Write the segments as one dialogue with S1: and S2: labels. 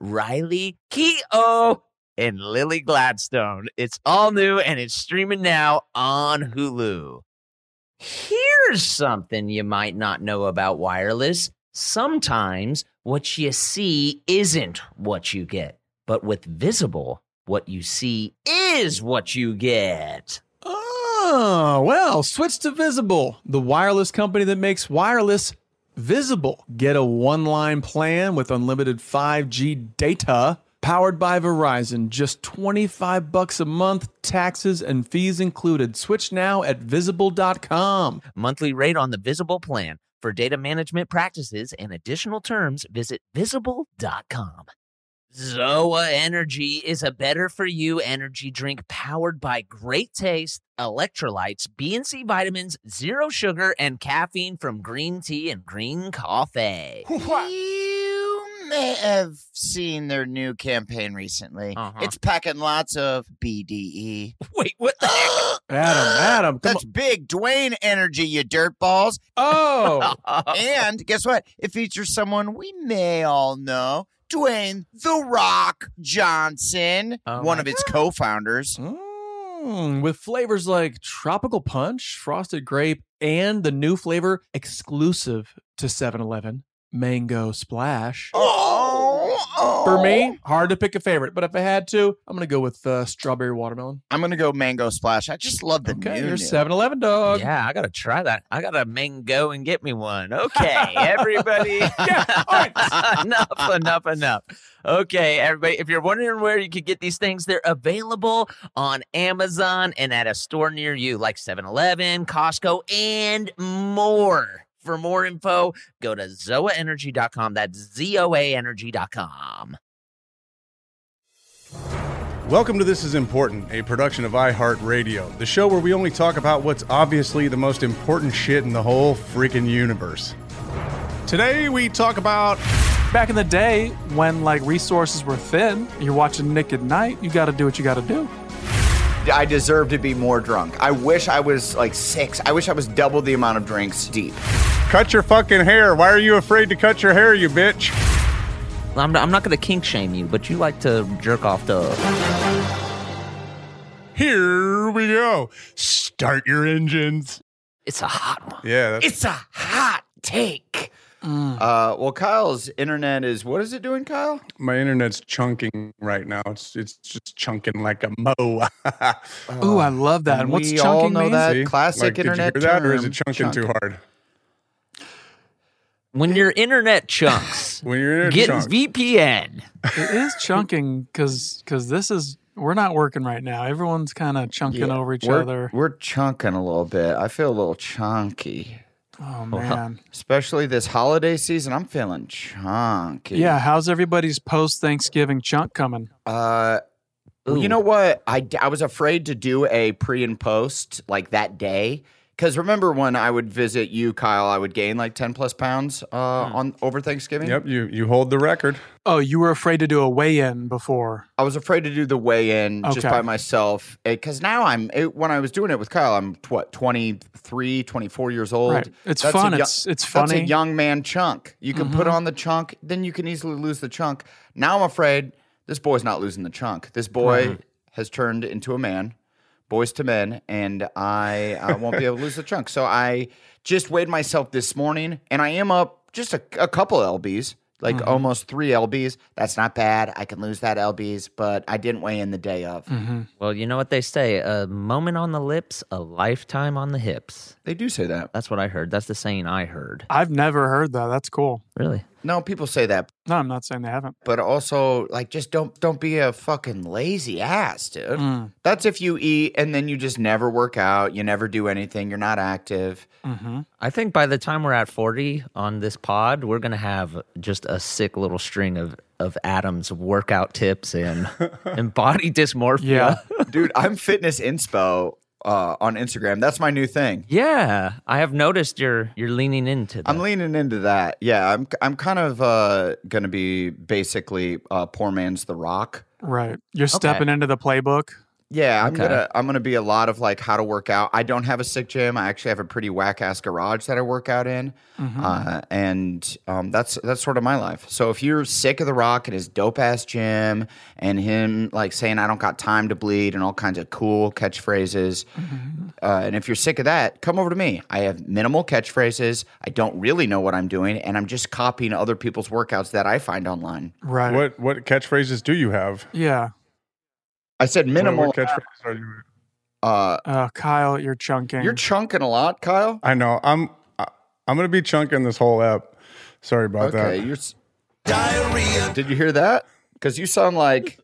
S1: Riley Keough and Lily Gladstone. It's all new and it's streaming now on Hulu. Here's something you might not know about wireless. Sometimes what you see isn't what you get, but with Visible, what you see is what you get.
S2: Oh, well, switch to Visible, the wireless company that makes wireless visible. Get a one line plan with unlimited 5G data powered by Verizon. Just 25 bucks a month, taxes and fees included. Switch now at visible.com.
S1: Monthly rate on the Visible plan. For data management practices and additional terms, visit visible.com. Zoa Energy is a better for you energy drink powered by great taste, electrolytes, B and C vitamins, zero sugar, and caffeine from green tea and green coffee.
S3: You may have seen their new campaign recently.
S1: Uh-huh.
S3: It's packing lots of BDE.
S1: Wait, what the heck?
S2: Adam, Adam, come
S3: That's big Dwayne energy, you dirtballs.
S2: on. Oh.
S1: Uh,
S3: and guess what? It features someone we may all know. Dwayne The Rock Johnson,
S1: Oh
S3: one
S1: my
S3: of its co founders.
S2: Oh. Mm, with flavors like tropical punch, frosted grape, and the new flavor exclusive to 7 Eleven, mango splash.
S3: Oh, oh.
S2: For me, hard to pick a favorite, but if I had to, I'm going to go with uh, strawberry watermelon.
S3: I'm going to go Mango Splash. I just love the
S2: Okay,
S3: new.
S2: you're
S3: new.
S2: 7 Eleven dog.
S1: yeah, I gotta try that. I gotta mango and get me one. Okay, everybody.
S2: Yeah, all right.
S1: enough, enough, enough. Okay, everybody. If you're wondering where you could get these things, they're available on Amazon and at a store near you, like 7 Eleven, Costco, and more. For more info, go to zoaenergy.com. That's Z O A energy.com.
S4: Welcome to This Is Important, a production of iHeartRadio, the show where we only talk about what's obviously the most important shit in the whole freaking universe. Today we talk about
S5: Back in the day, when like resources were thin, and you're watching Nick at Night. You got to do what you got to do.
S6: I deserve to be more drunk. I wish I was like six. I wish I was double the amount of drinks deep.
S4: cut your fucking hair. Why are you afraid to cut your hair, you bitch?
S1: I'm, I'm not going to kink shame you, but you like to jerk off the.
S4: Here we go. Start your engines.
S1: It's a hot one.
S4: Yeah, that's
S1: It's a hot take.
S6: Uh, well, Kyle's internet is what is it doing, Kyle?
S4: my internet's chunking right now. It's it's just chunking like a mo.
S5: Ooh, I love that. And what's
S6: Oh. we
S5: chunking
S6: all know
S5: mean?
S6: that
S4: See?
S6: classic
S4: Like,
S6: internet
S4: Did you hear that, or is
S6: term,
S4: it chunking too hard?
S1: When your internet chunks,
S4: When your internet
S1: get
S4: chunks.
S1: VPN.
S5: It is chunking because because this is we're not working right now. Everyone's kind of chunking over each
S6: we're,
S5: other.
S6: We're chunking a little bit. I feel a little chunky,
S5: Oh man,
S6: especially this holiday season. I'm feeling chunky.
S5: yeah. How's everybody's post Thanksgiving chunk coming?
S6: Uh, well,
S1: Ooh.
S6: you know what? I, d- I was afraid to do a pre and post like that day. Because remember when I would visit you, Kyle, I would gain like 10 plus pounds uh,
S1: Hmm.
S6: on over Thanksgiving?
S4: Yep, you you hold the record.
S5: Oh, you were afraid to do a weigh in before.
S6: I was afraid to do the weigh in just
S5: Okay.
S6: by myself because now I'm it, when I was doing it with Kyle, I'm tw- what 23, 24 years old.
S5: Right. It's
S6: a
S5: fun.
S6: yo-
S5: It's- it's
S6: That's
S5: funny. Mm-hmm.
S6: a young man chunk. You can put on the chunk, then you can easily lose the chunk. Now I'm afraid this boy's not losing the chunk. This boy has turned into a man, boys to men, and I I won't be able to lose the chunk. So I just weighed myself this morning, and I am up just a, a couple lbs. like
S5: Mm-hmm.
S6: almost three lbs. That's not bad. I can lose that lbs, but I didn't weigh in the day of.
S5: Mm-hmm.
S1: Well, you know what they say a moment on the lips, a lifetime on the hips.
S6: They do say that.
S1: That's what I heard. That's the saying I heard.
S5: I've never heard that. That's cool.
S1: Really?
S6: No, people say that,
S5: No, I'm not saying they haven't.
S6: but also like just don't don't be a fucking lazy ass, dude. That's if you eat and then you just never work out, you never do anything, you're not active.
S1: I think by the time we're at 40 on this pod, we're going to have just a sick little string of, of Adam's workout tips and, and body
S5: Yeah.
S1: dysmorphia.
S6: Dude, I'm fitness inspo uh, on Instagram. That's my new thing.
S1: Yeah, I have noticed you're you're leaning into that.
S6: I'm leaning into that. Yeah, I'm I'm kind of uh, gonna be basically uh, poor man's The Rock.
S5: Right. You're stepping into the playbook.
S6: Yeah, I'm
S1: Okay.
S6: gonna I'm gonna be a lot of like how to work out. I don't have a sick gym. I actually have a pretty whack ass garage that I work out in,
S5: Mm-hmm.
S6: uh, and um, that's that's sort of my life. So if you're sick of the Rock and his dope ass gym and him like saying I don't got time to bleed and all kinds of cool catchphrases, uh, and if you're sick of that, come over to me. I have minimal catchphrases. I don't really know what I'm doing, and I'm just copying other people's workouts that I find online.
S5: Right.
S4: What what catchphrases do you have?
S5: Yeah.
S6: I said
S4: What-
S6: minimal.
S4: What catchphrases are you?
S6: Uh,
S5: Uh, Kyle, you're chunking.
S6: you're chunking a lot, Kyle.
S4: I know. I'm I, I'm gonna be chunking this whole app. Sorry about
S6: Okay,
S4: that.
S6: you're diarrhea. Did you hear that? Because you sound like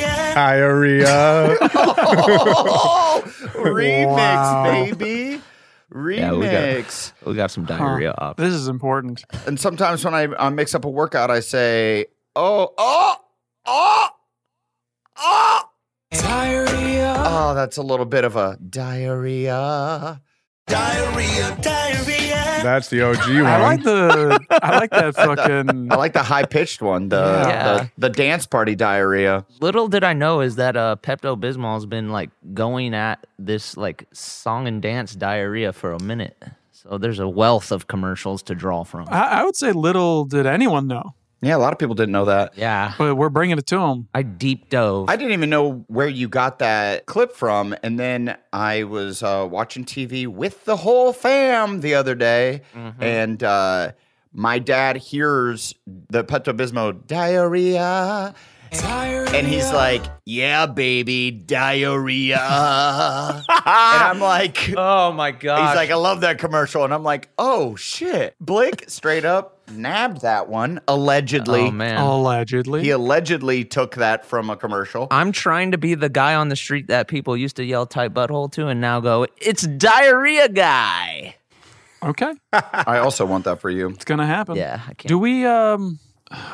S4: Diarrhea.
S6: oh, remix,
S5: Wow.
S6: baby,
S1: we got-
S6: remix.
S1: we got some
S5: Huh.
S1: diarrhea up.
S5: This is important.
S6: and sometimes when I uh, mix up a workout, I say, "Oh, oh, oh, oh." Diarrhea. Oh, that's a little bit of a diarrhea.
S4: That's the OG one.
S5: I like the. I like that fucking.
S6: I like the high pitched one, the,
S1: Yeah.
S6: the the dance party diarrhea.
S1: Little did I know is that uh, Pepto Bismol has been like going at this like song and dance diarrhea for a minute. So there's a wealth of commercials to draw from.
S5: I, I would say little did anyone know,
S6: Yeah, a lot of people didn't know that.
S1: Yeah,
S5: but we're bringing it to them.
S1: I deep dove.
S6: I didn't even know where you got that clip from. And then I was uh, watching TV with the whole fam the other day.
S1: Mm-hmm.
S6: And uh, my dad hears the Pepto Bismol diarrhea. And he's like, yeah, baby, diarrhea. and I'm like, he's
S1: oh my god!
S6: like, I love that commercial. And I'm like, oh shit. Blake straight up nabbed that one, allegedly.
S1: oh man.
S5: Allegedly.
S6: He allegedly took that from a commercial.
S1: I'm trying to be the guy on the street that people used to yell "tight butthole" to, and now go, "It's diarrhea guy."
S5: Okay.
S6: I also want that for you.
S5: It's gonna happen.
S1: Yeah, Ah, I can't.
S5: Do we? Um.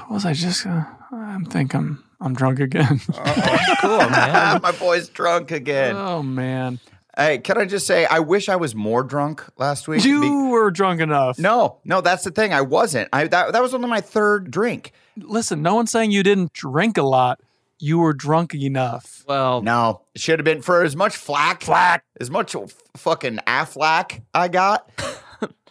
S5: What was I just? Uh, I'm thinking. I'm drunk again.
S6: Uh,
S1: cool, man.
S6: Ah, My boy's drunk again.
S5: oh man.
S6: hey, can I just say, I wish I was more drunk last week. Be-
S5: You were drunk enough.
S6: no, no, that's the thing. I wasn't. I that, that was only my third drink.
S5: Listen, no one's saying you didn't drink a lot. You were drunk enough.
S1: Well,
S6: No, it should have been for as much flack, flack, as much f- fucking afflack I got.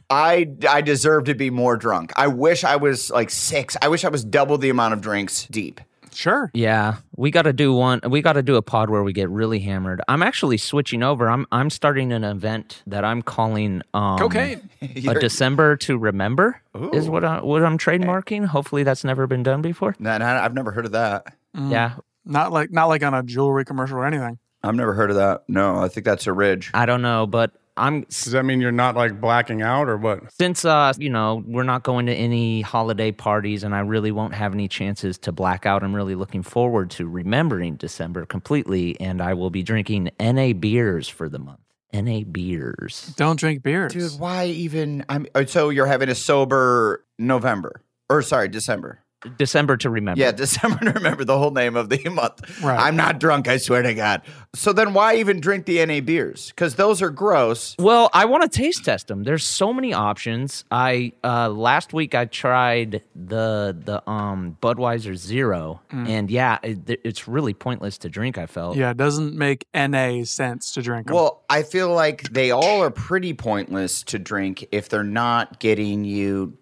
S6: I I deserve to be more drunk. I wish I was like six. I wish I was double the amount of drinks deep.
S5: Sure.
S1: Yeah, we got to do one. We got to do a pod where we get really hammered. I'm actually switching over. I'm I'm starting an event that I'm calling um,
S5: Cocaine.
S1: a December to remember is what I what I'm trademarking. Hopefully, that's never been done before.
S6: No, no, I've never heard of that.
S1: Yeah,
S5: Not like not like on a jewelry commercial or anything.
S6: I've never heard of that. No, I think that's a ridge.
S1: I don't know, but I'm
S4: Does that mean you're not like blacking out or what?
S1: since uh you know we're not going to any holiday parties and I really won't have any chances to black out. I'm really looking forward to remembering December completely, and I will be drinking NA beers for the month. NA beers.
S5: Don't drink beers.
S6: Dude, why even? I'm oh, so you're having a sober November or sorry, December.
S1: December to remember.
S6: Yeah, December. to Remember the whole name of the month.
S5: Mm-hmm. Right.
S6: I'm not drunk. I swear to God. So then, why even drink the NA beers? Because those are gross.
S1: Well, I want to taste test them. There's so many options. I uh, last week I tried the the um, Budweiser Zero, and yeah, it, it's really pointless to drink. I felt.
S5: Yeah, it doesn't make NA sense to drink 'em.
S6: Well, I feel like they all are pretty pointless to drink if they're not getting you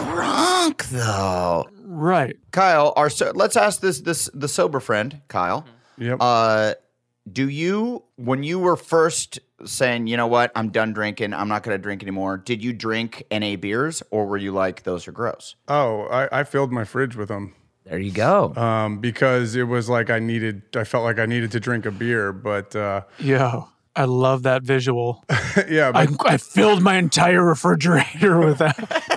S6: drunk, though.
S5: right.
S6: Kyle, our so- let's ask this this the sober friend, Kyle.
S4: Yep.
S6: Uh, do you when you were first saying, you know what, I'm done drinking. I'm not going to drink anymore. Did you drink NA beers or were you like, those are gross?
S4: Oh, I, I filled my fridge with them
S1: There you go.
S4: um, because it was like I needed. I felt like I needed to drink a beer, but uh,
S5: Yo, I love that visual.
S4: yeah. But,
S5: I, I filled my entire refrigerator with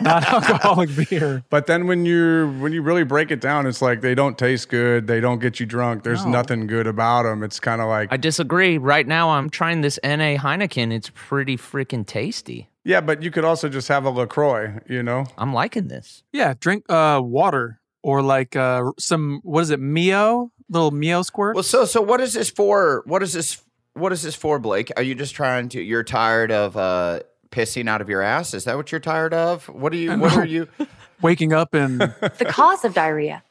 S5: non alcoholic beer.
S4: but then when you when you really break it down, it's like they don't taste good. They don't get you drunk. There's nothing good about them. It's kind of like
S1: I disagree. Right now, I'm trying this NA Heineken. It's pretty freaking tasty.
S4: yeah, but you could also just have a Lacroix. You know,
S1: I'm liking this.
S5: Yeah, drink uh, water or like uh, some, what is it, Mio? Little Mio squirt?
S6: Well, so, so what is this for? What is this? What is this for, Blake? Are you just trying to, you're tired of, uh, pissing out of your ass? Is that what you're tired of? What are you, what are you?
S5: Waking up and,
S7: The cause of diarrhea.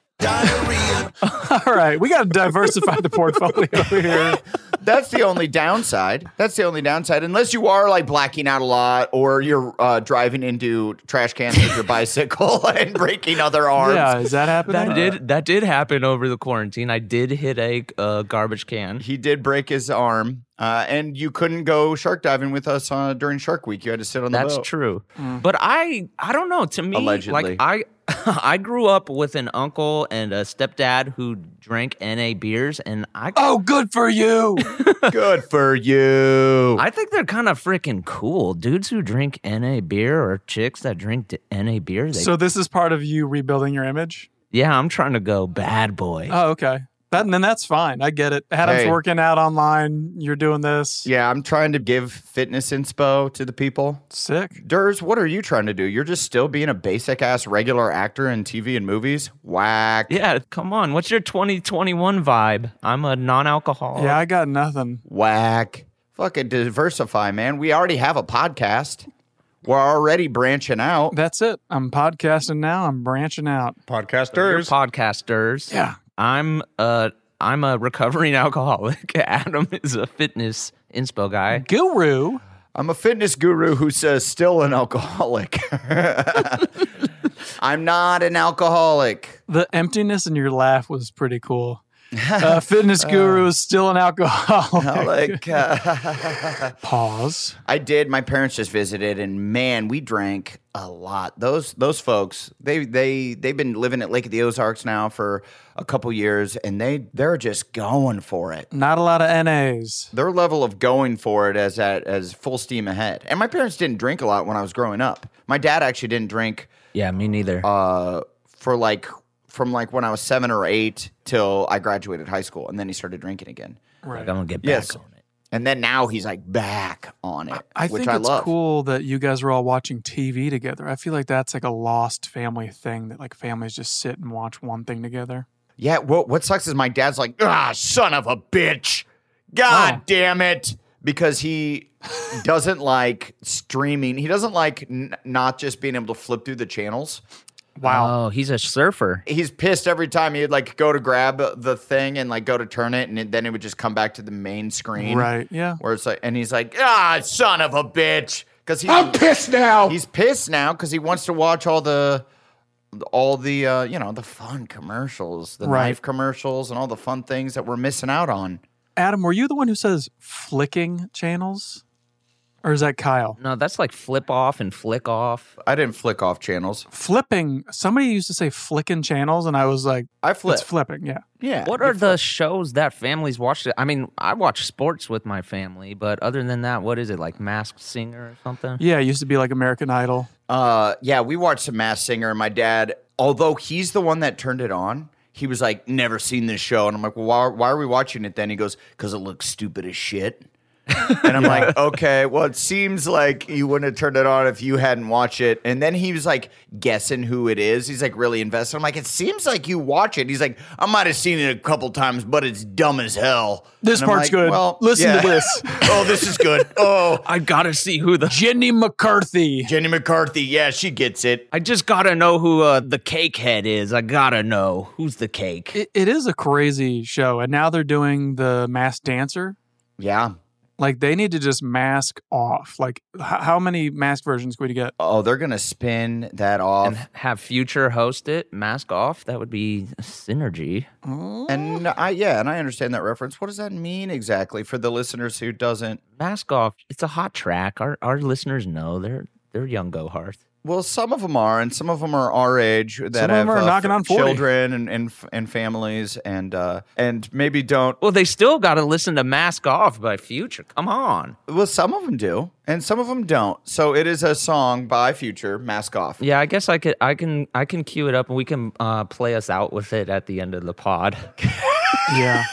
S5: all right, we got to diversify the portfolio here.
S6: That's the only downside. That's the only downside. Unless you are like blacking out a lot or you're uh, driving into trash cans with your bicycle and breaking other arms.
S5: Yeah, is that happening?
S1: That did that did happen over the quarantine. I did hit a uh, garbage can.
S6: He did break his arm, uh, and you couldn't go shark diving with us uh, during Shark Week. You had to sit on the
S1: That's
S6: boat.
S1: true. But I I don't know. To me, like
S6: Allegedly.
S1: I I grew up with an uncle and a stepdad who drank NA beers, and I
S5: Oh, good for you.
S6: Good for you.
S1: I think they're kind of freaking cool. Dudes who drink NA beer or chicks that drink d- NA beer. They,
S5: so, this is part of you rebuilding your image?
S1: yeah, I'm trying to go bad boy.
S5: Oh, okay. That, and then that's fine. I get it. Adam's
S6: Hey.
S5: working out online. You're doing this.
S6: Yeah, I'm trying to give fitness inspo to the people.
S5: Sick.
S6: Durs, what are you trying to do? You're just still being a basic ass regular actor in TV and movies? Whack.
S1: yeah, come on. What's your 2021 vibe? I'm a non-alcoholic.
S5: Yeah, I got nothing.
S6: Whack. Fucking diversify, man. We already have a podcast. We're already branching out.
S5: That's it. I'm podcasting now. I'm branching out.
S1: You're
S4: podcasters.
S1: podcasters.
S5: Yeah.
S1: I'm a I'm a recovering alcoholic. Adam is a fitness inspo guy.
S5: Guru.
S6: I'm a fitness guru who says still an alcoholic. I'm not an alcoholic.
S5: The emptiness in your laugh was pretty cool. Uh, fitness guru is still an alcoholic.
S6: Like uh,
S5: Pause.
S6: I did. My parents just visited, and man, we drank a lot. Those those folks, they they they've been living at Lake of the Ozarks now for a couple years, and they they're just going for it.
S5: Not a lot of NAs.
S6: Their level of going for it as at as full steam ahead. And my parents didn't drink a lot when I was growing up. My dad actually didn't drink
S1: Yeah, me neither.
S6: uh, for like from like when I was seven or eight till I graduated high school, and then he started drinking again.
S1: I'm gonna get back
S6: yes.
S1: on it.
S6: And then now he's like back on it,
S5: I
S6: which
S5: think
S6: I
S5: it's
S6: love.
S5: cool that you guys were all watching TV together. I feel like that's like a lost family thing that like families just sit and watch one thing together.
S6: Yeah. What what sucks is my dad's like, ah, son of a bitch, god
S1: Oh.
S6: damn it, because he doesn't like streaming. He doesn't like n- not just being able to flip through the channels.
S5: Wow.
S1: Oh, he's a surfer.
S6: He's pissed every time he'd like go to grab the thing and like go to turn it, and then it would just come back to the main screen.
S5: right. Yeah.
S6: where it's like, and he's like, ah, son of a bitch, because he's I'm pissed now. He's pissed now because he wants to watch all the, all the, uh, you know, the fun commercials, the
S5: Right.
S6: knife commercials, and all the fun things that we're missing out on.
S5: Adam, were you the one who says flicking channels? Or is that Kyle?
S1: No, that's like flip off and flick off.
S6: I didn't flick off channels.
S5: Flipping. Somebody used to say flicking channels, and I was like,
S6: I flip.
S5: it's flipping. Yeah.
S6: yeah.
S1: What are the shows that families watch? I mean, I watch sports with my family, but other than that, what is it like Masked Singer or something?
S5: Yeah. It used to be like American Idol.
S6: Uh, yeah, we watched some Mass Singer, and my dad, although he's the one that turned it on, he was like, "Never seen this show," and I'm like, "Well, why, why are we watching it then?" He goes, "Cause it looks stupid as shit." and I'm like, okay, well, it seems like you wouldn't have turned it on if you hadn't watched it. And then he was like guessing who it is. He's like really invested. I'm like, it seems like you watch it. He's like, I might have seen it a couple times, but it's dumb as hell.
S5: This
S6: And I'm
S5: part's
S6: like,
S5: good. Listen to
S6: yeah.
S5: this.
S6: oh, this is good. Oh,
S1: I gotta see who the.
S5: Jenny McCarthy.
S6: Jenny McCarthy. Yeah, she gets it.
S1: I just gotta know who uh, the cake head is. I gotta know who's the cake.
S5: It, it is a crazy show. And now they're doing the Masked Dancer.
S6: Yeah.
S5: Like they need to just mask off. Like h- how many mask versions could we get?
S6: Oh, they're gonna spin that off.
S1: and have future host it mask off that would be synergy
S6: And I yeah, and I understand that reference. What does that mean exactly for the listeners who doesn't?
S1: mask off it's a hot track our our listeners know they're they're young go hard
S6: Well, some of them are, and some of them are our age that
S5: Some
S6: have
S5: of 'em are
S6: uh,
S5: knocking on 40.
S6: children and, and f- and families, and uh, and maybe don't.
S1: well they still got to listen to mask off by future come on
S6: Well, some of them do, and some of them don't. So it is a song by Future, "Mask Off."
S1: yeah i guess i could i can i can cue it up and we can uh play us out with it at the end of the pod
S5: Yeah.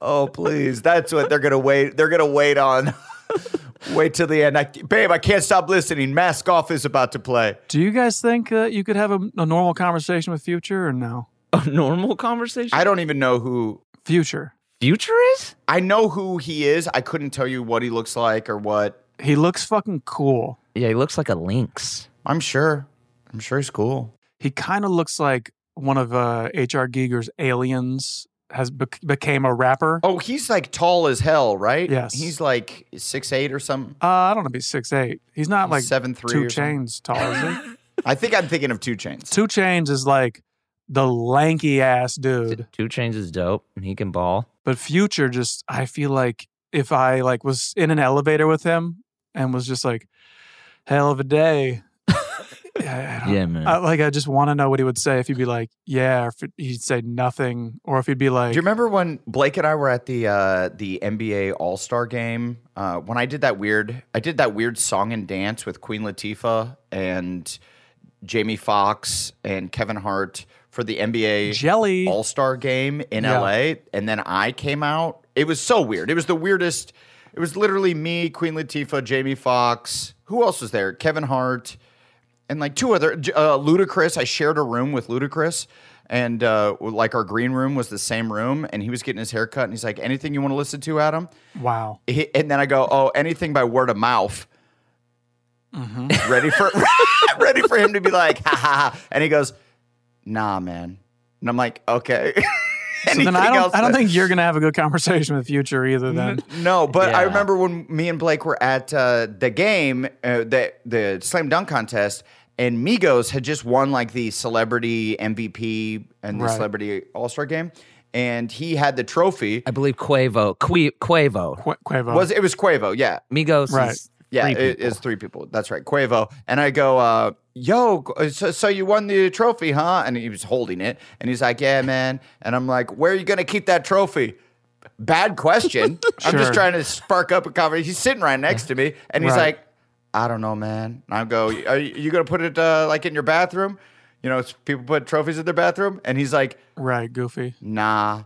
S6: Oh, please! That's what they're gonna wait. They're gonna wait on. wait till the end, I, babe. I can't stop listening. "Mask Off" is about to play.
S5: Do you guys think that you could have a, a normal conversation with Future or no?
S1: a normal conversation
S6: I don't even know who.
S5: Future.
S1: future is
S6: I know who he is. I couldn't tell you what he looks like or what.
S5: He looks fucking cool.
S1: yeah he looks like a lynx
S6: I'm sure. I'm sure he's cool.
S5: He kind of looks like one of uh, H.R. Giger's aliens has bec- became a rapper.
S6: Oh, he's like tall as hell, right?
S5: Yes.
S6: He's like six eight or something.
S5: Uh, I don't know, he's six eight. He's not
S6: Oh. He's
S5: like
S6: 7'3"
S5: Two
S6: or something.
S5: chains tall, is he?
S6: I think I'm thinking of two chains.
S5: two chains is like the lanky ass dude.
S1: two chains is dope and he can ball
S5: But Future just, I feel like if I like was in an elevator with him and was just like, hell of a day. yeah, I don't-
S1: yeah man
S5: I, like I just want to know what he would say if he'd be like, yeah, or if he'd say nothing, or if he'd be like,
S6: Do you remember when Blake and I were at the uh, the NBA All Star Game? Uh, when I did that weird, I did that weird song and dance with Queen Latifah and Jamie Foxx and Kevin Hart for the NBA
S5: jelly?
S6: All Star Game in
S5: Yeah.
S6: LA, and then I came out. It was so weird. It was the weirdest. It was literally me, Queen Latifah, Jamie Foxx. Who else was there? Kevin Hart, and like two other J- uh, Ludacris. I shared a room with Ludacris, and uh, like our green room was the same room. And he was getting his hair cut, and he's like, "Anything you want to listen to, Adam?"
S5: Wow.
S6: He- and then I go, "Oh, anything by word of mouth."
S5: Mm-hmm.
S6: Ready for ready for him to be like, ha ha ha, and he goes, "Nah, man." And I'm like, "Okay."
S5: So then I
S6: Anything
S5: don't,
S6: else
S5: I don't
S6: that- Mm-hmm.
S5: think you're gonna have a good conversation with Future either. Then
S6: No, but I
S1: Yeah.
S6: remember when me and Blake were at uh, the game, uh, the the slam dunk contest, and Migos had just won like the celebrity MVP and the
S5: Right.
S6: celebrity All Star game, and he had the trophy.
S1: I believe Quavo, Que- Quavo,
S5: Qu- Quavo.
S6: Was it was Quavo? Yeah,
S1: Migos
S5: Right.
S1: is
S6: Yeah,
S1: three
S6: it
S1: people.
S6: is three people. That's right, Quavo. And I go, uh, "Yo, so, so you won the trophy, huh?" And he was holding it, and he's like, "Yeah, man." And I'm like, "Where are you gonna keep that trophy?" Bad question. I'm
S5: Sure.
S6: just trying to spark up a conversation. He's sitting right next to me, and he's
S5: Right.
S6: like, "I don't know, man." And I go, "Are you, you gonna put it uh, like in your bathroom?" You know, it's- people put trophies in their bathroom, and he's like,
S5: right, Goofy.
S6: "Nah."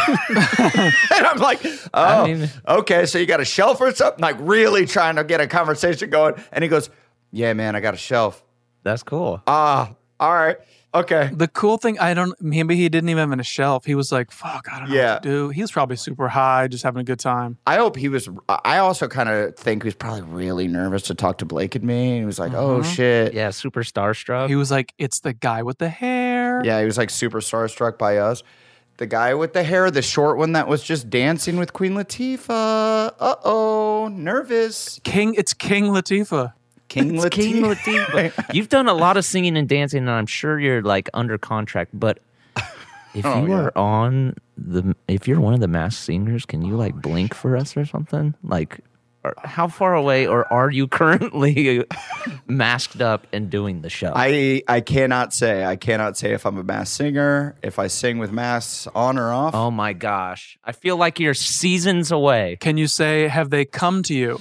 S6: and I'm like, oh,
S1: mean-
S6: okay, so you got a shelf or something? Like, really trying to get a conversation going. And he goes, yeah, man, I got a shelf.
S1: That's cool.
S6: Ah, all right, okay.
S5: The cool thing, I don't. Maybe he didn't even have a shelf. He was like, "Fuck, I don't know
S6: Yeah.
S5: what to do." He was probably super high, just having a good time.
S6: I hope he was. I also kind of think he was probably really nervous to talk to Blake and me. He was like, oh, shit.
S1: Uh-huh. yeah, super starstruck.
S5: He was like, "It's the guy with the hair."
S6: Yeah, he was like super starstruck by us. The guy with the hair, the short one that was just dancing with Queen Latifah. Uh oh, nervous.
S5: King. It's King Latifah.
S6: King Latifah.
S1: King Latifah. You've done a lot of singing and dancing, and I'm sure you're like under contract. But if you are on the, if you're one of the masked singers, can you like blink for us or something? Like, are, how far away or are you currently masked up and doing the show?
S6: I I cannot say. I cannot say if I'm a mass singer, if I sing with masks on or off.
S1: oh my gosh, I feel like you're seasons away.
S5: Can you say, "Have they come to you?"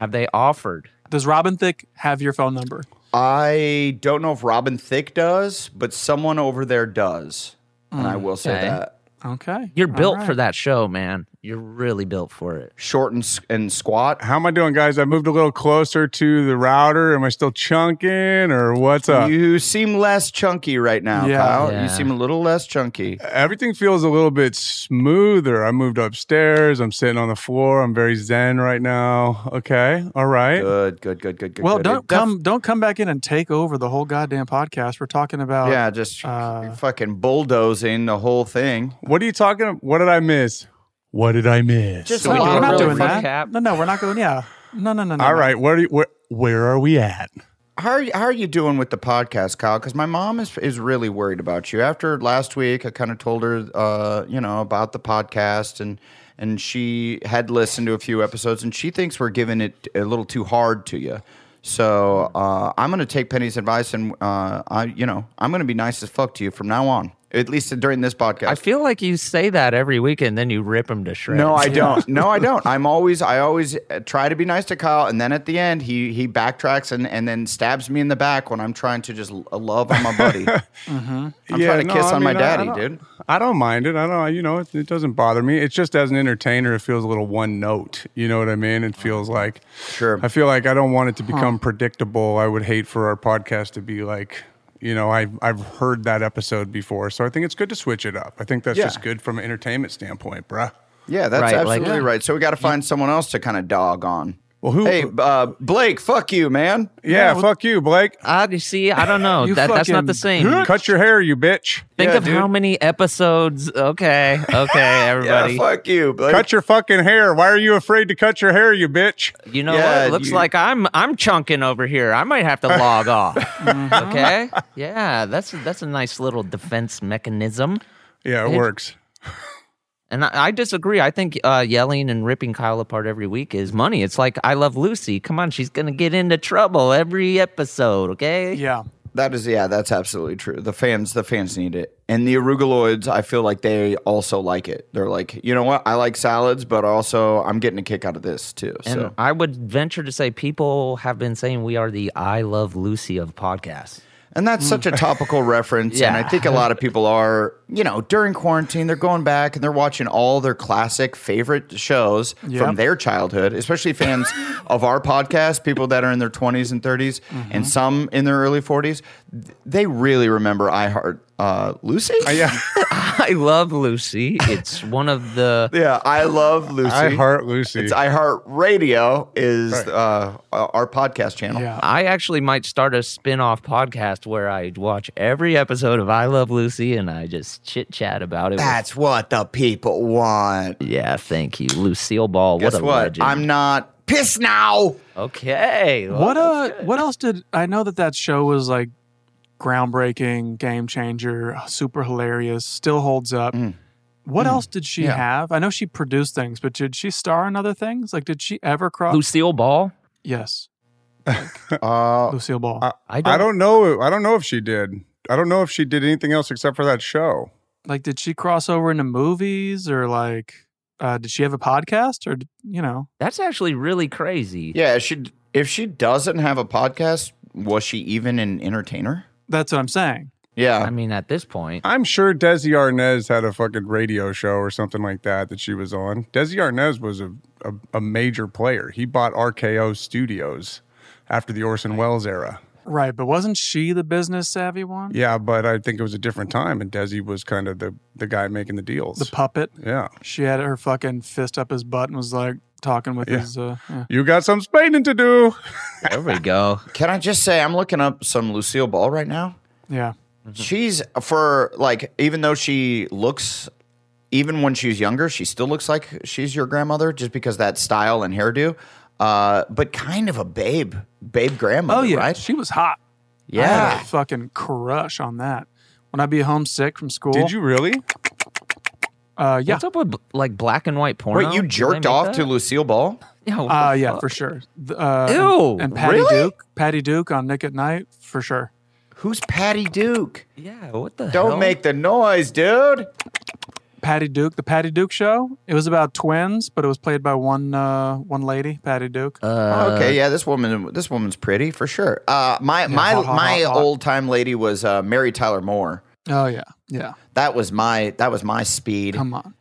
S1: Have they offered?
S5: Does Robin Thicke have your phone number?
S6: I don't know if Robin Thicke does, but someone over there does. And I will say
S1: Mm, Okay.
S6: that.
S5: Okay.
S1: You're
S5: All
S6: Uh,
S1: built
S5: right.
S1: for that show, man. You're really built for it.
S6: Short and, s- and squat.
S4: How am I doing, guys? I moved a little closer to the router. Am I still chunking or what's up?
S6: You seem less chunky right now,
S5: Yeah.
S6: Kyle.
S1: Yeah.
S6: You seem a little less chunky.
S4: Everything feels a little bit smoother. I moved upstairs. I'm sitting on the floor. I'm very zen right now. Okay. All right.
S6: Good, good, good, good, good.
S5: Well,
S6: good.
S5: don't
S6: It def-
S5: come don't come back in and take over the whole goddamn podcast. We're talking about
S6: Yeah, just
S5: Uh,
S6: fucking bulldozing the whole thing.
S4: What are you talking? What did I miss? What did I miss?
S6: Just
S5: no,
S6: we do
S5: we're
S6: a
S5: not
S6: really
S5: doing
S6: fun
S5: that.
S6: cap?
S5: No, no, we're not going. Yeah, no, no, no. no
S4: All
S5: no.
S4: right, where, do you- where where are we at?
S6: How are you, how are you doing with the podcast, Kyle? Because my mom is is really worried about you. After last week, I kind of told her, uh, you know, about the podcast, and and she had listened to a few episodes, and she thinks we're giving it a little too hard to you. So uh, I'm going to take Penny's advice, and uh, I, you know, I'm going to be nice as fuck to you from now on, at least during this podcast.
S1: I feel like you say that every week and then you rip him to shreds.
S6: No, I don't. No, I don't. I'm always I always uh, try to be nice to Kyle, and then at the end he he backtracks and and then stabs me in the back when I'm trying to just l- uh, love on my buddy. I'm trying to kiss on my daddy,
S4: I don't-
S6: dude.
S4: I don't mind it. I don't, you know, it, it doesn't bother me. It's just as an entertainer, it feels a little one note. You know what I mean? It feels like,
S6: Sure.
S4: I feel like I don't want it to become predictable. I would hate for our podcast to be like, you know, I, I've heard that episode before. So I think it's good to switch it up. I think that's
S6: Yeah.
S4: just good from an entertainment standpoint, bruh.
S6: Yeah, that's
S1: Right, like-
S6: absolutely right. So we got to find someone else to kind of dog on.
S4: Well, who-
S6: Hey, uh, Blake, fuck you, man.
S4: Yeah, fuck you, Blake.
S1: I Uh, you see. I don't know.
S5: You
S1: that, that's not the
S5: fucking-
S1: same.
S4: Cut your hair, you bitch.
S1: Think
S6: Yeah,
S1: of how
S6: dude.
S1: many episodes. Okay, okay,
S6: Yeah,
S1: everybody.
S6: fuck you, Blake.
S4: Cut your fucking hair. Why are you afraid to cut your hair, you bitch?
S1: you know
S6: Yeah,
S1: what? Looks
S6: you-
S1: like I'm I'm chunking over here. I might have to log off. Okay. Yeah, that's that's a nice little defense mechanism.
S4: Yeah, it works.
S1: And I, I disagree. I think uh, yelling and ripping Kyle apart every week is money. It's like I love Lucy. Come on, she's gonna get into trouble every episode. Okay.
S5: Yeah.
S6: That is, yeah, that's absolutely true. The fans, the fans need it, and the arugaloids. I feel like they also like it. They're like, you know what? I like salads, but also I'm getting a kick out of this too.
S1: And
S6: So
S1: I would venture to say people have been saying we are the I Love Lucy of podcasts.
S6: And that's such a topical reference. And I
S1: Yeah.
S6: think a lot of people are, you know, during quarantine, they're going back and they're watching all their classic favorite shows
S5: Yeah.
S6: from their childhood, especially fans of our podcast, people that are in their 20s and 30s, and some in their early 40s. Th- They really remember I Heart uh, Lucy.
S4: Yeah.
S1: I love Lucy. It's one of the
S6: Yeah, I love Lucy.
S4: I heart Lucy.
S6: It's I Heart Radio is
S4: Right.
S6: uh, our podcast channel.
S5: Yeah.
S1: I actually might start a spin-off podcast where I watch every episode of I Love Lucy and I just chit-chat about it. with-
S6: That's what the people want.
S1: yeah, thank you. Lucille Ball,
S6: Guess
S1: what a
S6: what?
S1: legend.
S6: I'm not pissed now.
S1: okay.
S5: What uh? What else did I know that that show was like groundbreaking, game changer, super hilarious, still holds up.
S6: Mm.
S5: What else did she have? I know she produced things, but did she star in other things? Like, did she ever cross?
S1: Lucille Ball?
S5: yes,
S6: Uh,
S5: Lucille Ball.
S1: I don't,
S4: I don't know. I don't know if she did. I don't know if she did anything else except for that show.
S5: like, did she cross over into movies or like? Uh, did she have a podcast or d- you know?
S1: That's actually really crazy.
S6: Yeah, she if she doesn't have a podcast, was she even an entertainer?
S5: That's what I'm saying.
S6: Yeah.
S1: I mean, at this point,
S4: I'm sure Desi Arnaz had a fucking radio show or something like that that she was on. Desi Arnaz was a, a, a major player. He bought RKO Studios after the Orson Welles era.
S5: Right, but wasn't she the business savvy one?
S4: Yeah, but I think it was a different time, and Desi was kind of the, the guy making the deals.
S5: The puppet.
S4: yeah.
S5: She had her fucking fist up his butt and was like talking with his. Uh, yeah.
S4: You got some spading to do.
S1: there we go.
S6: Can I just say I'm looking up some Lucille Ball right now?
S5: yeah.
S6: She's for like even though she looks even when she's younger, she still looks like she's your grandmother just because that style and hairdo. Uh, but kind of a babe, babe grandmother,
S5: Oh yeah,
S6: right?
S5: she was hot. I had
S6: yeah.
S5: a fucking crush on that. When I'd be homesick from school,
S4: Did you really?
S5: Uh, yeah,
S1: What's up with like black and white porn?
S6: Wait, you jerked off to Lucille Ball?
S1: Yeah, what the
S5: uh, yeah,
S1: fuck?
S5: for sure. Th- Uh, and-
S1: Ew,
S5: and, Patty
S6: really?
S5: Duke, Patty Duke on Nick at Night for sure.
S6: Who's Patty Duke?
S1: Yeah, what the
S6: Don't
S1: hell?
S6: make the noise, dude.
S5: Patty Duke, the Patty Duke show. It was about twins, but it was played by one uh, one lady, Patty Duke.
S6: Oh,
S5: Uh,
S6: okay, yeah, this woman, this woman's pretty for sure. Uh, my my
S5: hot, hot,
S6: my
S5: hot, hot.
S6: old time lady was uh, Mary Tyler Moore.
S5: oh yeah, yeah.
S6: That was my that was my speed.
S5: Come on,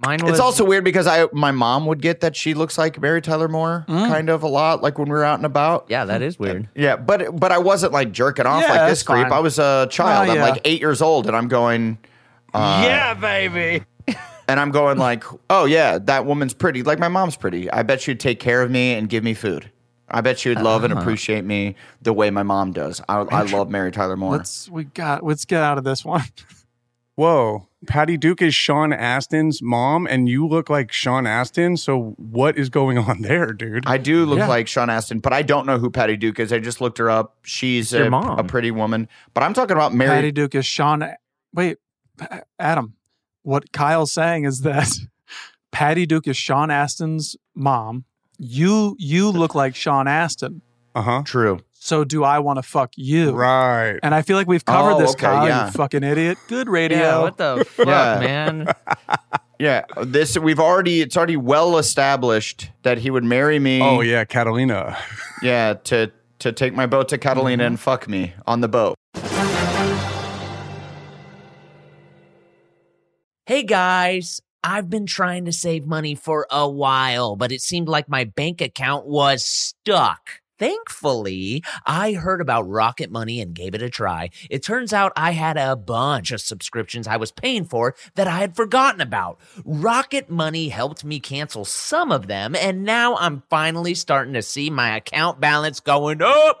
S1: Mine was
S6: It's also weird because I my mom would get that she looks like Mary Tyler Moore
S5: Mm.
S6: kind of a lot, like when we were out and about.
S1: Yeah, that is weird.
S6: Yeah, but but I wasn't like jerking off
S5: Yeah,
S6: like this
S5: that's
S6: creep.
S5: fine.
S6: I was a child.
S5: Oh,
S6: I'm
S5: yeah.
S6: like eight years old, and I'm going. uh,
S1: yeah, baby.
S6: And I'm going like, oh yeah, that woman's pretty. Like my mom's pretty. I bet she'd take care of me and give me food. I bet she would love
S5: Uh-huh.
S6: and appreciate me the way my mom does. I, I love Mary Tyler Moore.
S5: let's we got let's get out of this one.
S4: Whoa. Patty Duke is Sean Astin's mom, and you look like Sean Astin. So what is going on there, dude?
S6: I do look
S2: Yeah.
S6: like Sean Astin, but I don't know who Patty Duke is. I just looked her up. She's
S5: Your
S6: a,
S5: mom.
S6: a pretty woman. But I'm talking about married.
S5: Patty Duke is Sean. Wait, A- Adam, what Kyle's saying is that Patty Duke is Sean Astin's mom. You you look like Sean Astin.
S4: Uh huh.
S6: True.
S5: So do I want to fuck you?
S4: Right.
S5: And I feel like we've covered
S6: Oh,
S5: this,
S6: okay,
S5: Kyle.
S6: yeah.
S5: You fucking idiot. Good radio.
S1: Yeah, what the fuck,
S6: Yeah.
S1: man?
S6: Yeah. This we've already. It's already well established that he would marry me.
S4: Oh yeah, Catalina.
S6: Yeah. To to take my boat to Catalina and fuck me on the boat.
S1: Hey guys, I've been trying to save money for a while, but it seemed like my bank account was stuck. Thankfully, I heard about Rocket Money and gave it a try. It turns out I had a bunch of subscriptions I was paying for that I had forgotten about. Rocket Money helped me cancel some of them, and now I'm finally starting to see my account balance going up.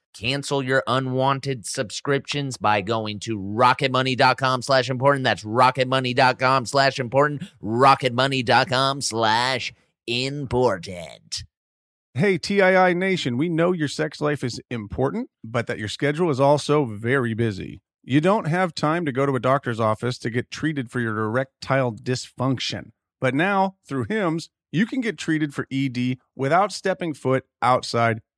S1: Cancel your unwanted subscriptions by going to rocketmoney.com slash important. That's rocketmoney.com slash important. Rocketmoney.com slash important.
S4: Hey, TII Nation, we know your sex life is important, but that your schedule is also very busy. You don't have time to go to a doctor's office to get treated for your erectile dysfunction. But now, through HIMS, you can get treated for ED without stepping foot outside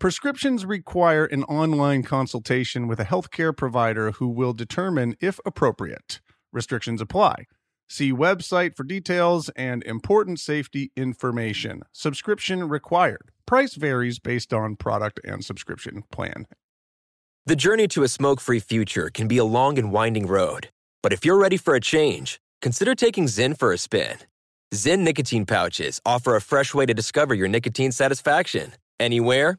S4: Prescriptions require an online consultation with a healthcare provider who will determine if appropriate. Restrictions apply. See website for details and important safety information. Subscription required. Price varies based on product and subscription plan.
S7: The journey to a smoke free future can be a long and winding road, but if you're ready for a change, consider taking Zen for a spin. Zen nicotine pouches offer a fresh way to discover your nicotine satisfaction anywhere,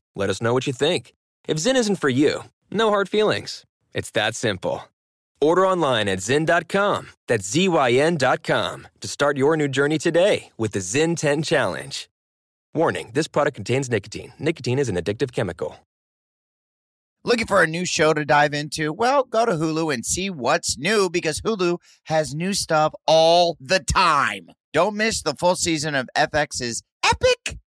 S7: let us know what you think. If Zen isn't for you, no hard feelings. It's that simple. Order online at Zen.com, that's Z Y N.com, to start your new journey today with the Zen 10 Challenge. Warning this product contains nicotine. Nicotine is an addictive chemical.
S3: Looking for a new show to dive into? Well, go to Hulu and see what's new because Hulu has new stuff all the time. Don't miss the full season of FX's epic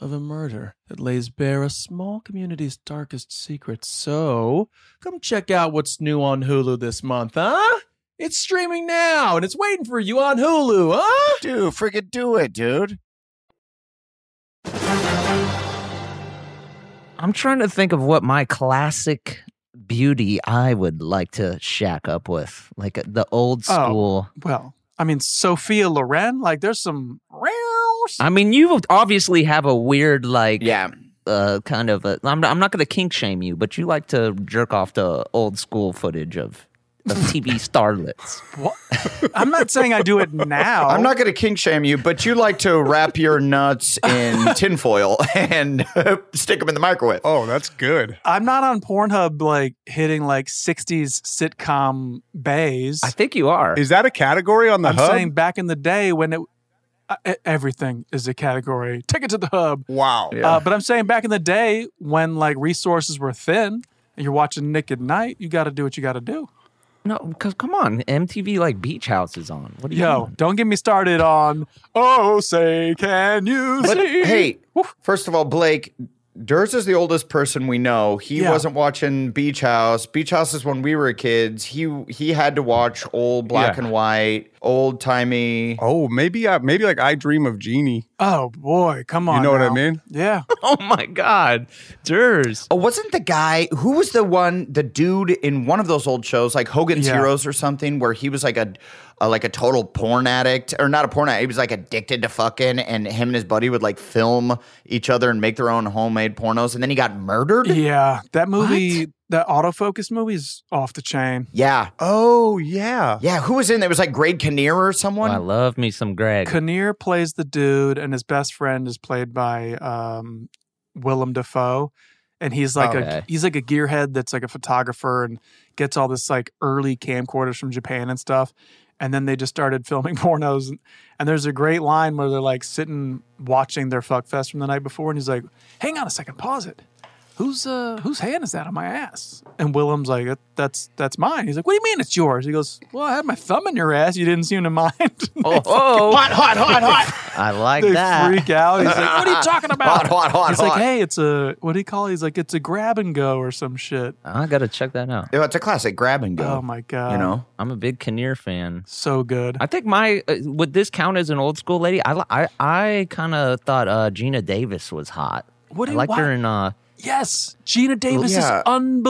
S2: of a murder that lays bare a small community's darkest secrets. So, come check out what's new on Hulu this month, huh? It's streaming now and it's waiting for you on Hulu, huh?
S3: Dude, freaking do it, dude.
S1: I'm trying to think of what my classic beauty I would like to shack up with, like uh, the old
S5: Oh.
S1: school.
S5: Well, I mean, Sophia Loren, like there's some rails.
S1: I mean, you obviously have a weird, like,
S6: Yeah.
S1: uh, kind of a. I'm not, I'm not going to kink shame you, but you like to jerk off to old school footage of. Of TV starlets.
S5: What? I'm not saying I do it now.
S6: I'm not going to kink shame you, but you like to wrap your nuts in tinfoil and stick them in the microwave.
S4: Oh, that's good.
S5: I'm not on Pornhub like hitting like 60s sitcom bays.
S1: I think you are.
S4: Is that a category on the
S5: I'm
S4: hub?
S5: saying back in the day when it uh, e- everything is a category. Take it to the hub.
S4: wow.
S5: Uh, but I'm saying back in the day when like resources were thin and you're watching Nick at Night, you got to do what you got to do.
S1: No, because come on, MTV like Beach House is on. What are you?
S5: Yo,
S1: doing?
S5: don't get me started on Oh, say can you
S6: But
S5: see?
S6: hey, first of all, Blake, Durs is the oldest person we know. He
S5: Yeah.
S6: wasn't watching Beach House. Beach House is when we were kids. He he had to watch old black
S4: Yeah.
S6: and white, old timey.
S4: Oh, maybe I, maybe like I dream of Genie.
S5: Oh boy, come on.
S4: know what I
S5: now.
S4: mean?
S5: Yeah.
S1: Oh my God, Durs.
S6: Oh, wasn't the guy who was the one, the dude in one of those old shows, like Hogan's
S5: Yeah.
S6: Heroes or something, where he was like a, a like a total porn addict or not a porn addict. He was like addicted to fucking, and him and his buddy would like film each other and make their own homemade pornos, and then he got murdered.
S5: Yeah, that movie, that autofocus movie's off the chain.
S6: Yeah.
S4: Oh yeah.
S6: Yeah, who was in there? It was like Greg Kinnear or
S1: Oh, I
S6: someone.
S1: love me some Greg.
S5: Kinnear plays the dude, and his best friend is played by um, Willem Dafoe, and he's like
S1: Okay.
S5: a he's like a gearhead that's like a photographer and gets all this like early camcorders from Japan and stuff. And then they just started filming pornos, and, and there's a great line where they're like sitting watching their fuck fest from the night before, and he's like, "Hang on a second, pause it." Whose uh, whose hand is that on my ass? And Willem's like, "That- "That's that's mine." He's like, "What do you mean it's yours?" He goes, "Well, I had my thumb in your ass. You didn't seem to mind."
S1: Oh, oh,
S3: Hot, hot, hot, hot.
S1: I like
S5: they
S1: that.
S5: freak out. He's like, "What are you talking
S6: Hot,
S5: about?"
S6: hot, hot,
S5: He's
S6: hot.
S5: like, "Hey, it's a what do you call?" It? He's like, "It's a grab and go or some shit."
S1: I gotta check that out.
S6: Yeah, Oh, it's a classic grab and go.
S5: Oh my god,
S6: You know,
S1: I'm a big Kinnear fan.
S5: so good.
S1: I think my uh, would this count as an old school lady? I li- I, I kind of thought uh, Gina Davis was hot.
S5: What do
S1: I
S5: you-
S1: liked
S5: why-
S1: her in uh,
S5: yes, Gina Davis
S6: Yeah.
S5: is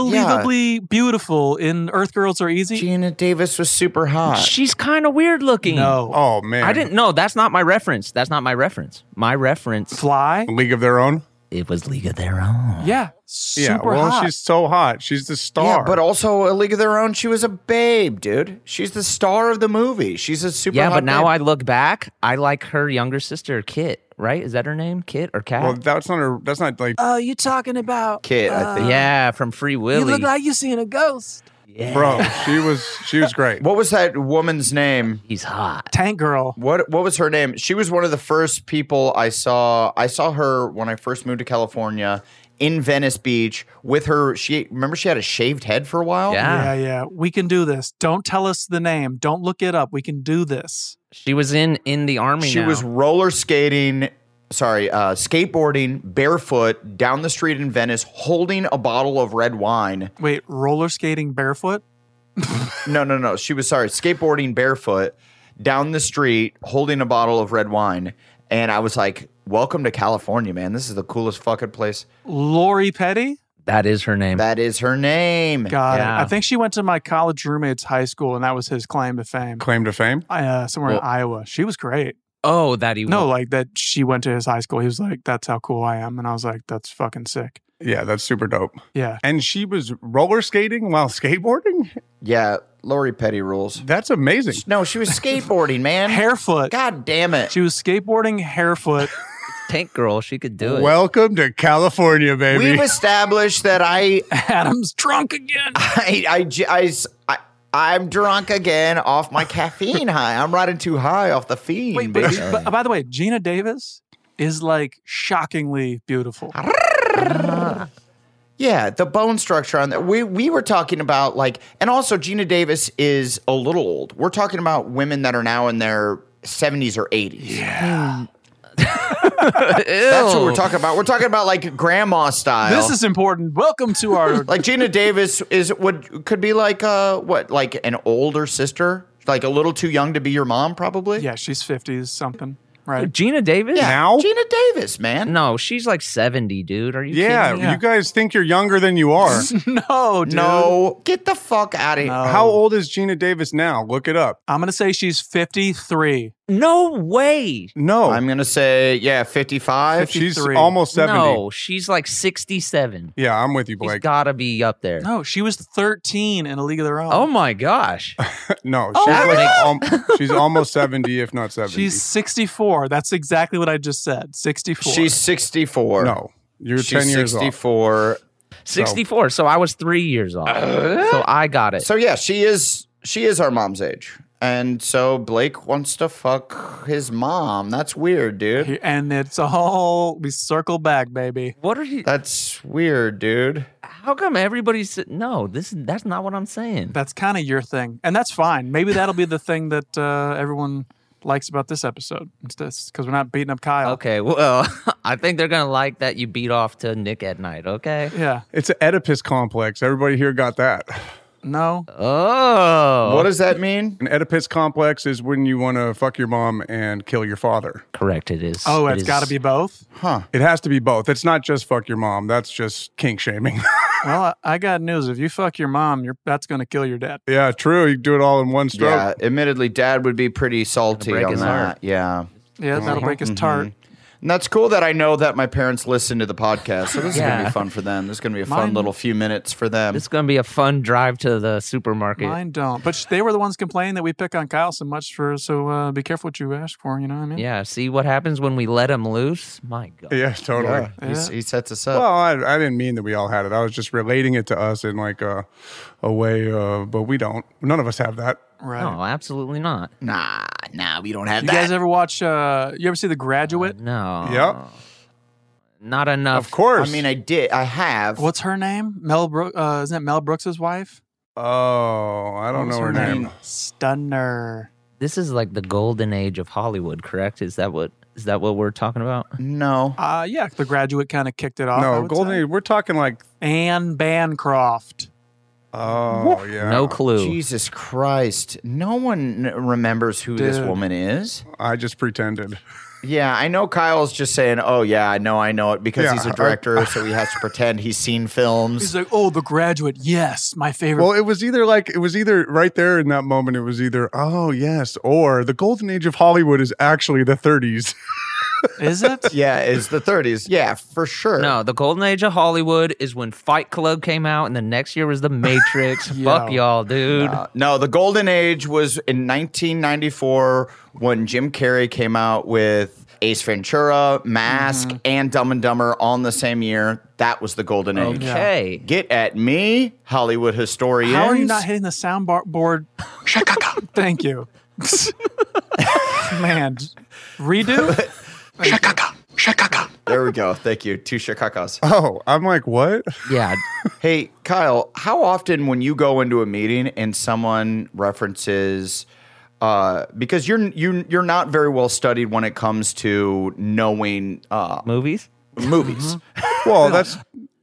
S5: unbelievably beautiful in Earth Girls Are Easy.
S6: Gina Davis was super hot.
S1: She's kind of weird looking.
S5: Uh, no,
S4: Oh man.
S1: I didn't know. That's not my reference. That's not my reference. My reference.
S5: Fly.
S4: League of Their Own.
S1: It was League of Their Own.
S5: Yeah,
S4: Yeah.
S5: super
S4: well,
S5: hot.
S4: she's so hot. She's the star.
S6: Yeah, but also a League of Their Own. She was a babe, dude. She's the star of the movie. She's a super.
S1: Yeah,
S6: hot
S1: but now
S6: babe.
S1: I look back. I like her younger sister, Kit. Right? Is that her name? Kit or Kat?
S4: well, that's not a. That's not like.
S5: Oh, you talking about
S6: Kit, I
S5: uh,
S6: think.
S1: yeah, from Free Willy.
S5: you're seeing a ghost.
S4: Bro, she was she was great.
S6: What was that woman's name?
S1: He's hot.
S5: Tank Girl.
S6: What What was her name? She was one of the first people I saw. I saw her when I first moved to California in Venice Beach with her. She remember she had a shaved head for a while.
S1: Yeah.
S5: Yeah, yeah. We can do this. Don't tell us the name. Don't look it up. We can do this.
S1: She was in in the army.
S6: She
S1: now.
S6: was roller skating, sorry, uh, skateboarding barefoot down the street in Venice, holding a bottle of red wine.
S5: Wait, roller skating barefoot?
S6: No, no, no. She was sorry, skateboarding barefoot down the street, holding a bottle of red wine. And I was like, "Welcome to California, man. This is the coolest fucking place."
S5: Lori Petty?
S1: That is her name.
S6: That is her name.
S5: Got
S1: Yeah.
S5: it. I think she went to my college roommate's high school, and that was his claim to fame.
S4: Claim to fame?
S5: I, uh, somewhere in Iowa. She was great.
S1: oh, that he
S5: No, like that she went to his high school. He was like, that's how cool I am. And I was like, that's fucking sick.
S4: Yeah, that's super dope.
S5: Yeah.
S4: And she was roller skating while skateboarding?
S6: Yeah, Lori Petty rules.
S4: That's amazing.
S6: No, she was skateboarding, man.
S5: Hairfoot.
S6: God damn it.
S5: She was skateboarding Hairfoot.
S1: tank girl. She could do it.
S4: Welcome to California, baby.
S6: We've established that I,
S5: Adam's drunk again.
S6: I, I, j- I s- I- I'm drunk again off my caffeine high. I'm riding too high off the fiend,
S5: Wait, but,
S6: baby.
S5: but- by the way, Gina Davis is like shockingly beautiful.
S6: Yeah, the bone structure on that. We we were talking about like, and also Gina Davis is a little old. We're talking about women that are now in their seventies or eighties. Yeah, that's what we're talking about. We're talking about like grandma style.
S5: This is important. Welcome to our
S6: like Gina Davis is would could be like uh what like an older sister, like a little too young to be your mom, probably.
S5: Yeah, she's 50s something, right?
S1: Gina Davis?
S6: Yeah,
S4: Now?
S6: Gina Davis, man.
S1: No, she's like 70, dude. Are you
S4: yeah,
S1: kidding me?
S5: Yeah.
S4: you guys think you're younger than you are.
S5: No, dude.
S6: No, get the fuck out of here.
S4: How old is Gina Davis now? Look it up.
S5: I'm going to say she's 53.
S1: No way.
S4: No,
S6: I'm gonna say yeah, fifty five.
S4: she's
S5: 53.
S4: almost 70.
S1: No, she's like 67.
S4: Yeah, I'm with you,
S1: She's
S4: Blake.
S1: gotta be up there.
S5: No, she was 13 in A League of Their Own.
S1: Oh my gosh.
S4: No, she's, like, al- she's almost 70, if not 70.
S5: She's 64. That's exactly what I just said. 64.
S6: She's sixty four.
S4: no, you're
S6: She's
S4: 10 years old.
S6: 64.
S1: 64. So I was three years off. so I got it.
S6: So yeah, she is she is our mom's age. And so Blake wants to fuck his mom. That's weird, dude.
S5: and it's all we circle back, baby.
S1: what are you?
S6: That's weird, dude.
S1: How come everybody's sa- no? This that's not what I'm saying.
S5: That's kind of your thing, and that's fine. Maybe that'll be the thing that uh, everyone likes about this episode. It's this because we're not beating up Kyle.
S1: Okay, well, I think they're gonna like that you beat off to Nick at night. Okay.
S5: Yeah.
S4: It's an Oedipus complex. Everybody here got that.
S5: No.
S1: Oh,
S6: What does that mean?
S4: An Oedipus complex is when you want to fuck your mom and kill your father.
S1: correct? It is.
S5: Oh,
S1: It
S5: it's
S1: is-
S5: got to be both.
S4: It has to be both. It's not just fuck your mom. That's just kink shaming.
S5: Well, I, I got news. If you fuck your mom, you're that's gonna kill your dad.
S4: yeah, true. You do it all in one stroke.
S6: Yeah, admittedly, Dad would be pretty salty
S1: break
S6: on
S1: his
S6: that.
S1: heart.
S6: Yeah,
S5: Yeah,
S1: Uh-huh.
S5: that'll break
S1: Mm-hmm.
S5: his tart.
S6: and that's cool that I know that my parents listen to the podcast. So this is gonna
S1: Yeah.
S6: be fun for them. This is gonna be a fun
S5: Mine-
S6: little few minutes for them.
S1: It's gonna be a fun drive to the supermarket.
S5: Mine don't. But sh- they were the ones complaining that we pick on Kyle so much for. So uh, be careful what you ask for. You know what I mean?
S1: Yeah. See what happens when we let him loose. My God.
S4: Yeah, totally.
S6: Yeah, he's- he sets us up.
S4: Well, I, I didn't mean that we all had it. I was just relating it to us in like a, a way, uh, but we don't. None of us have that.
S5: Right.
S1: No, absolutely not.
S6: nah, nah, we don't have
S5: You
S6: that.
S5: guys ever watch? Uh, you ever see The Graduate?
S1: No.
S4: yeah,
S1: Not enough.
S4: of course.
S6: I mean, I did. I have.
S5: What's her name? Mel Brooks. Uh, isn't it Mel Brooks' wife?
S4: oh, I don't
S5: What was
S4: know her name.
S5: Stunner.
S1: This is like the golden age of Hollywood, correct? Is that what is that what we're talking about?
S6: No.
S5: Uh, yeah, The Graduate kind of kicked it off. I
S4: No,
S5: would
S4: Golden
S5: say.
S4: Age. We're talking like,
S5: Anne Bancroft.
S4: oh, yeah.
S1: No clue.
S6: Jesus Christ. No one remembers who this
S5: Dude.
S6: woman is.
S4: I just pretended.
S6: Yeah, I know Kyle's just saying, "Oh yeah, I know, I know it," because
S4: Yeah,
S6: he's
S4: I-
S6: a director, so he has to pretend he's seen
S5: He's
S6: films.
S5: like, oh, The Graduate. Yes, my favorite.
S4: Well, it was either like, it was either right there in that moment, it was either, oh, yes, or the Golden Age of Hollywood is actually the 30s.
S5: Is it?
S6: yeah, it's the 30s. Yeah, for sure.
S1: No, the golden age of Hollywood is when Fight Club came out, and the next year was The Matrix. Fuck y'all, dude.
S6: Uh, no, the golden age was in 1994 when Jim Carrey came out with Ace Ventura, Mask,
S5: Mm-hmm.
S6: and Dumb and Dumber on the same year. That was the golden age.
S1: Okay.
S6: Get at me, Hollywood historians.
S5: How are you not hitting the sound bar- board? Shakaka. Thank you. Man, redo?
S6: There we go. Thank you. Two shikakas.
S4: Oh, I'm like, what?
S1: Yeah.
S6: Hey, Kyle, how often when you go into a meeting and someone references uh, because you're you you're not very well studied when it comes to knowing uh,
S1: Movies?
S6: movies.
S4: Well, that's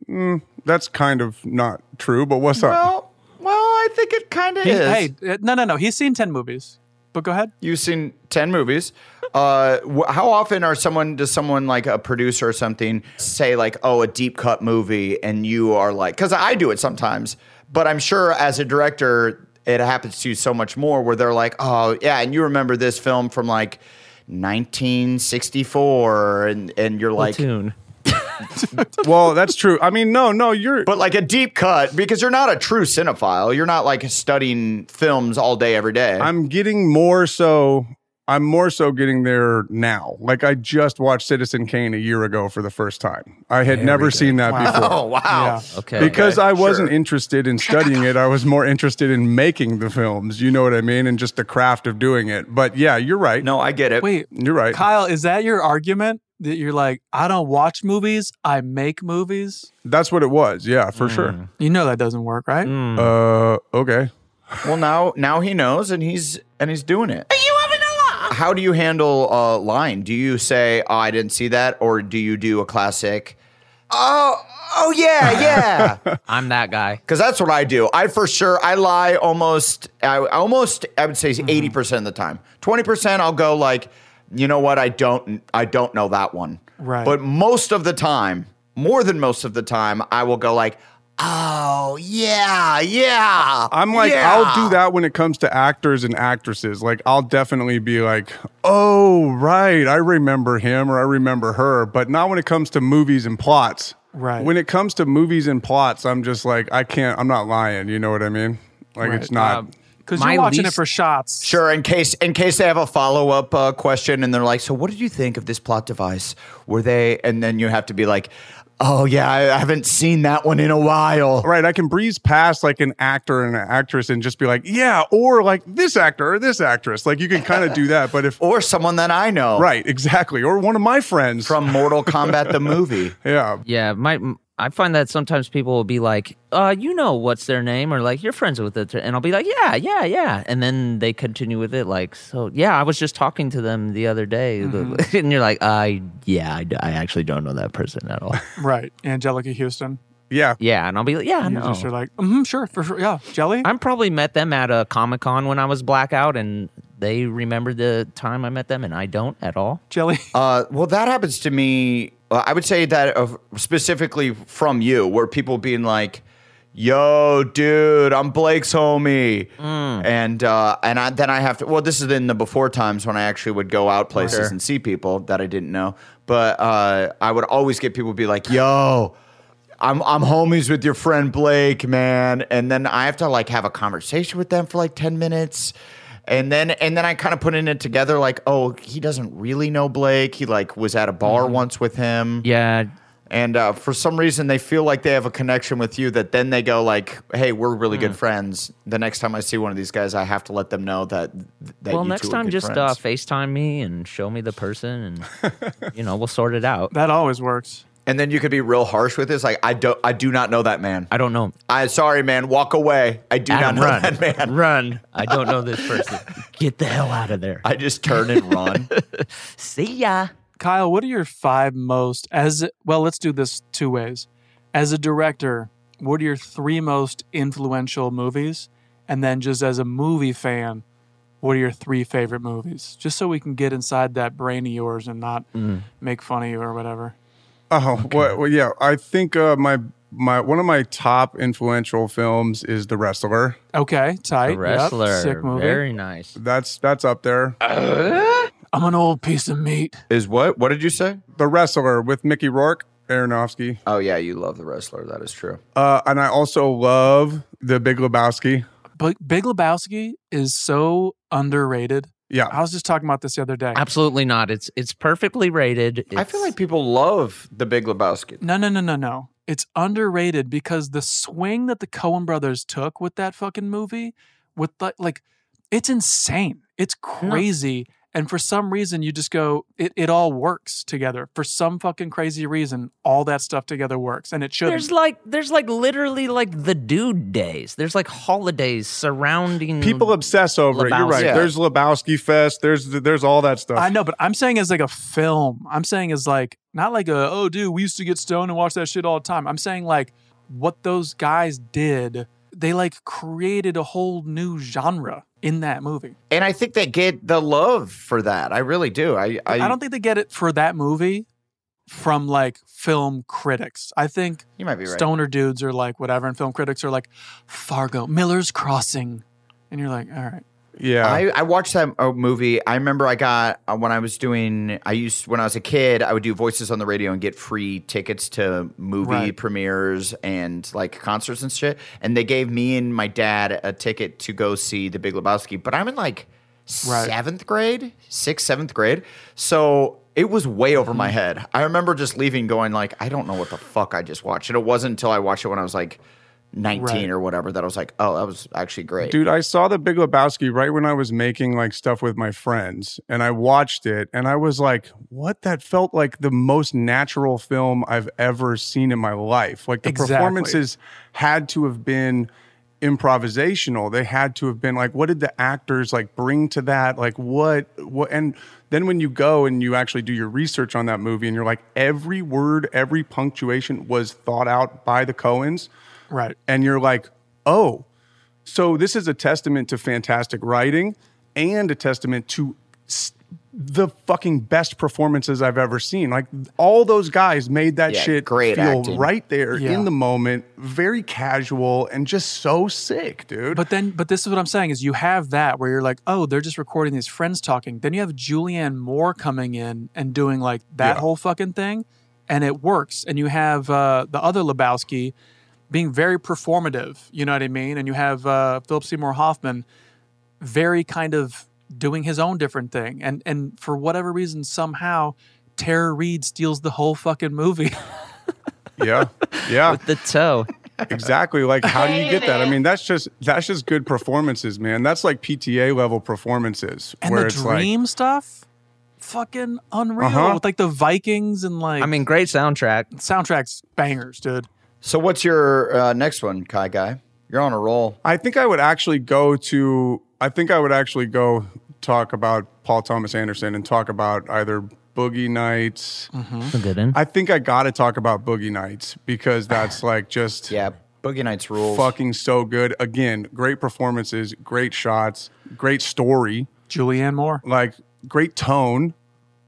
S4: mm, that's kind of not true, but what's up?
S6: Well, well, I think it kind of is.
S5: hey, uh, no, no, no. He's seen 10 movies. But go ahead.
S6: You've seen ten movies. Uh, wh- how often are someone does someone like a producer or something say like, "Oh, a deep cut movie," and you are like, because I do it sometimes, but I'm sure as a director, it happens to you so much more where they're like, "Oh, yeah," and you remember this film from like 1964, and and you're like,
S8: Platoon.
S4: well, that's true. I mean, no, no, you're.
S6: But like a deep cut, because you're not a true cinephile. You're not like studying films all day every day.
S4: I'm getting more so. I'm more so getting there now. Like I just watched Citizen Kane a year ago for the first time. I had never seen that before.
S6: oh wow!
S8: Okay.
S4: Because I wasn't
S6: sure.
S4: interested in studying it, I was more interested in making the films. You know what I mean, and just the craft of doing it. But yeah, you're right.
S6: No, I get it.
S5: Wait,
S4: you're right.
S5: Kyle, is that your argument that you're like, I don't watch movies, I make movies?
S4: That's what it was. Yeah, for
S6: Mm.
S4: sure.
S5: You know that doesn't work, right?
S8: Mm.
S4: Uh, okay.
S6: Well, now now he knows, and he's and he's doing it. Are you having a laugh? How do you handle uh, lying? Do you say, "Oh, I didn't see that," or do you do a classic? Oh, oh yeah, yeah.
S8: I'm that guy.
S6: Because that's what I do. I for sure I lie almost. I almost I would say
S5: Mm-hmm.
S6: eighty percent of the time. Twenty percent I'll go like, you know what? I don't. I don't know that one.
S5: Right.
S6: But most of the time, more than most of the time, I will go like, oh yeah, yeah.
S4: I'm like, I'll do that when it comes to actors and actresses. Like, I'll definitely be like, oh, right, I remember him or I remember her, but not when it comes to movies and plots.
S5: Right.
S4: When it comes to movies and plots, I'm just like, I can't, I'm not lying. You know what I mean? Like, it's not.
S6: Um,
S5: Because
S8: My
S5: you're watching it
S8: least-
S5: for shots.
S6: Sure, in case in case they have a follow up uh, question and they're like, "So, what did you think of this plot device? Were they?" And then you have to be like, "Oh yeah, I haven't seen that one in a while."
S4: Right, I can breeze past like an actor and an actress and just be like, yeah, or like this actor or this actress. Like you can kind of do that, but if
S6: Or someone that I know,
S4: right, exactly, or one of my friends
S6: From Mortal Kombat the movie.
S4: yeah,
S8: Yeah, my m- I find that sometimes people will be like, "Uh, you know what's their name?" or like, "You're friends with it," and I'll be like, "Yeah, yeah, yeah," and then they continue with it like, "So yeah, I was just talking to them the other day," and you're like, "I yeah, I, d- I actually don't know that person at all."
S5: Right. Angelica Houston.
S4: yeah,
S8: yeah, and I'll be like, "Yeah, I
S5: You
S8: know."
S5: just are like, mm-hmm, sure, for sure. Yeah. Jelly?
S8: I'm probably met them at a comic con when I was blackout, and they remembered the time I met them, and I don't at all.
S5: Jelly.
S6: Uh, well, that happens to me. uh, I would say that of specifically from you, where people being like, "Yo, dude, I'm Blake's homie," and uh, and I, then I have to. Well, this is in the before times when I actually would go out places and see people that I didn't know. But uh, I would always get people be like, "Yo." I'm I'm homies with your friend Blake, man. And then I have to like have a conversation with them for like 10 minutes. And then and then I kind of put in it together like, oh, he doesn't really know Blake. He like was at a bar once with him.
S8: Mm-hmm. Yeah,
S6: And uh, for some reason they feel like they have a connection with you that then they go like, hey, we're really
S8: Mm.
S6: good friends. The next time I see one of these guys, I have to let them know that that
S8: well,
S6: you
S8: next
S6: two are
S8: time
S6: good
S8: just uh,
S6: friends.
S8: FaceTime me and show me the person, and you know we'll sort it out.
S5: that always works.
S6: and then you could be real harsh with this like I don't I do not know that man.
S8: I don't know.
S6: I sorry man, walk away. I do
S8: Adam,
S6: not know
S8: run,
S6: that man.
S8: run! I don't know this person. Get the hell out of there.
S6: I just turn and run.
S8: See ya.
S5: Kyle, what are your five most, as well, let's do this two ways. As a director, what are your three most influential movies? And then just as a movie fan, what are your three favorite movies? Just so we can get inside that brain of yours and not
S8: Mm-hmm.
S5: make fun of you or whatever.
S4: Oh well, well, yeah. I think uh, my my one of my top influential films is The Wrestler.
S5: Okay, tight.
S8: The
S5: yep,
S8: wrestler.
S5: sick movie.
S8: Very nice.
S4: That's that's up there.
S5: I'm an old piece of meat.
S6: Is what? What did you say?
S4: The Wrestler with Mickey Rourke, Aronofsky,
S6: Oh yeah, you love the wrestler. That is true.
S4: uh, and I also love The Big Lebowski.
S5: But Big Lebowski is so underrated.
S4: Yeah,
S5: I was just talking about this the other day.
S8: Absolutely not. It's it's perfectly rated.
S6: I feel like people love the Big Lebowski.
S5: No, no, no, no, no. It's underrated because the swing that the Coen brothers took with that fucking movie, with the, like, it's insane. It's crazy. And for some reason, you just go, it, it all works together. For some fucking crazy reason, all that stuff together works. And it
S8: there's
S5: should.
S8: like there's like literally like the dude days. There's like holidays surrounding
S4: people obsess over it. You're
S8: Lebowski.
S4: right.
S6: Yeah.
S4: There's Lebowski Fest. There's there's all that stuff.
S5: I know, but I'm saying as like a film. I'm saying as like, not like a, oh, dude, we used to get stoned and watch that shit all the time. I'm saying like what those guys did, they like created a whole new genre. in that movie.
S6: And I think they get the love for that. I really do. I I,
S5: I don't think they get it for that movie from like film critics. I think
S6: you might be right.
S5: stoner dudes are like whatever, and film critics are like Fargo, Miller's Crossing, and you're like, all right,
S4: Yeah.
S6: I, I watched that uh, movie. I remember I got uh, when I was doing. I used when I was a kid. I would do voices on the radio and get free tickets to movie
S5: Right.
S6: premieres and like concerts and shit. And they gave me and my dad a ticket to go see The Big Lebowski. But I'm in like
S5: Right.
S6: seventh grade, sixth, seventh grade. So it was way over
S5: Mm-hmm.
S6: my head. I remember just leaving, going like, I don't know what the fuck I just watched. And it wasn't until I watched it when I was like 19
S5: Right.
S6: or whatever that I was like, oh, that was actually great.
S4: Dude, I saw the Big Lebowski right when I was making like stuff with my friends, and I watched it, and I was like, "What? That felt like the most natural film I've ever seen in my life. Like the
S5: Exactly.
S4: performances had to have been improvisational. They had to have been like, what did the actors like bring to that? Like what? What? And then when you go and you actually do your research on that movie, and you're like, every word, every punctuation was thought out by the Coens
S5: right.
S4: and you're like, oh, so this is a testament to fantastic writing and a testament to s- the fucking best performances I've ever seen. Like all those guys made that
S6: Yeah,
S4: shit
S6: great
S4: feel
S6: acting.
S4: right there
S5: Yeah.
S4: in the moment, very casual and just so sick, dude.
S5: But then, but this is what I'm saying is you have that where you're like, oh, they're just recording these friends talking. Then you have Julianne Moore coming in and doing like that whole fucking thing, and it works. And you have uh, the other Lebowski being very performative. You know what I mean? And you have uh, Philip Seymour Hoffman very kind of doing his own different thing. And and for whatever reason, somehow Tara Reid steals the whole fucking movie.
S4: yeah. Yeah.
S8: The toe.
S4: exactly like how do you get that i mean that's just that's just good performances man that's like pta level performances
S5: and
S4: where
S5: the
S4: it's
S5: dream
S4: like
S5: stuff fucking unreal
S4: Uh-huh.
S5: with like the vikings and like
S8: I mean, great soundtrack.
S5: soundtracks bangers dude
S6: So what's your uh, next one, Kai Guy? You're on a roll.
S4: I think I would actually go to. I think I would actually go talk about Paul Thomas Anderson and talk about either Boogie Nights.
S6: Mm.
S8: That's a good one.
S4: I think I got to talk about Boogie Nights because that's like just
S6: Yeah, Boogie Nights rules.
S4: fucking so good. Again, great performances, great shots, great story,
S5: julianne moore
S4: like great tone.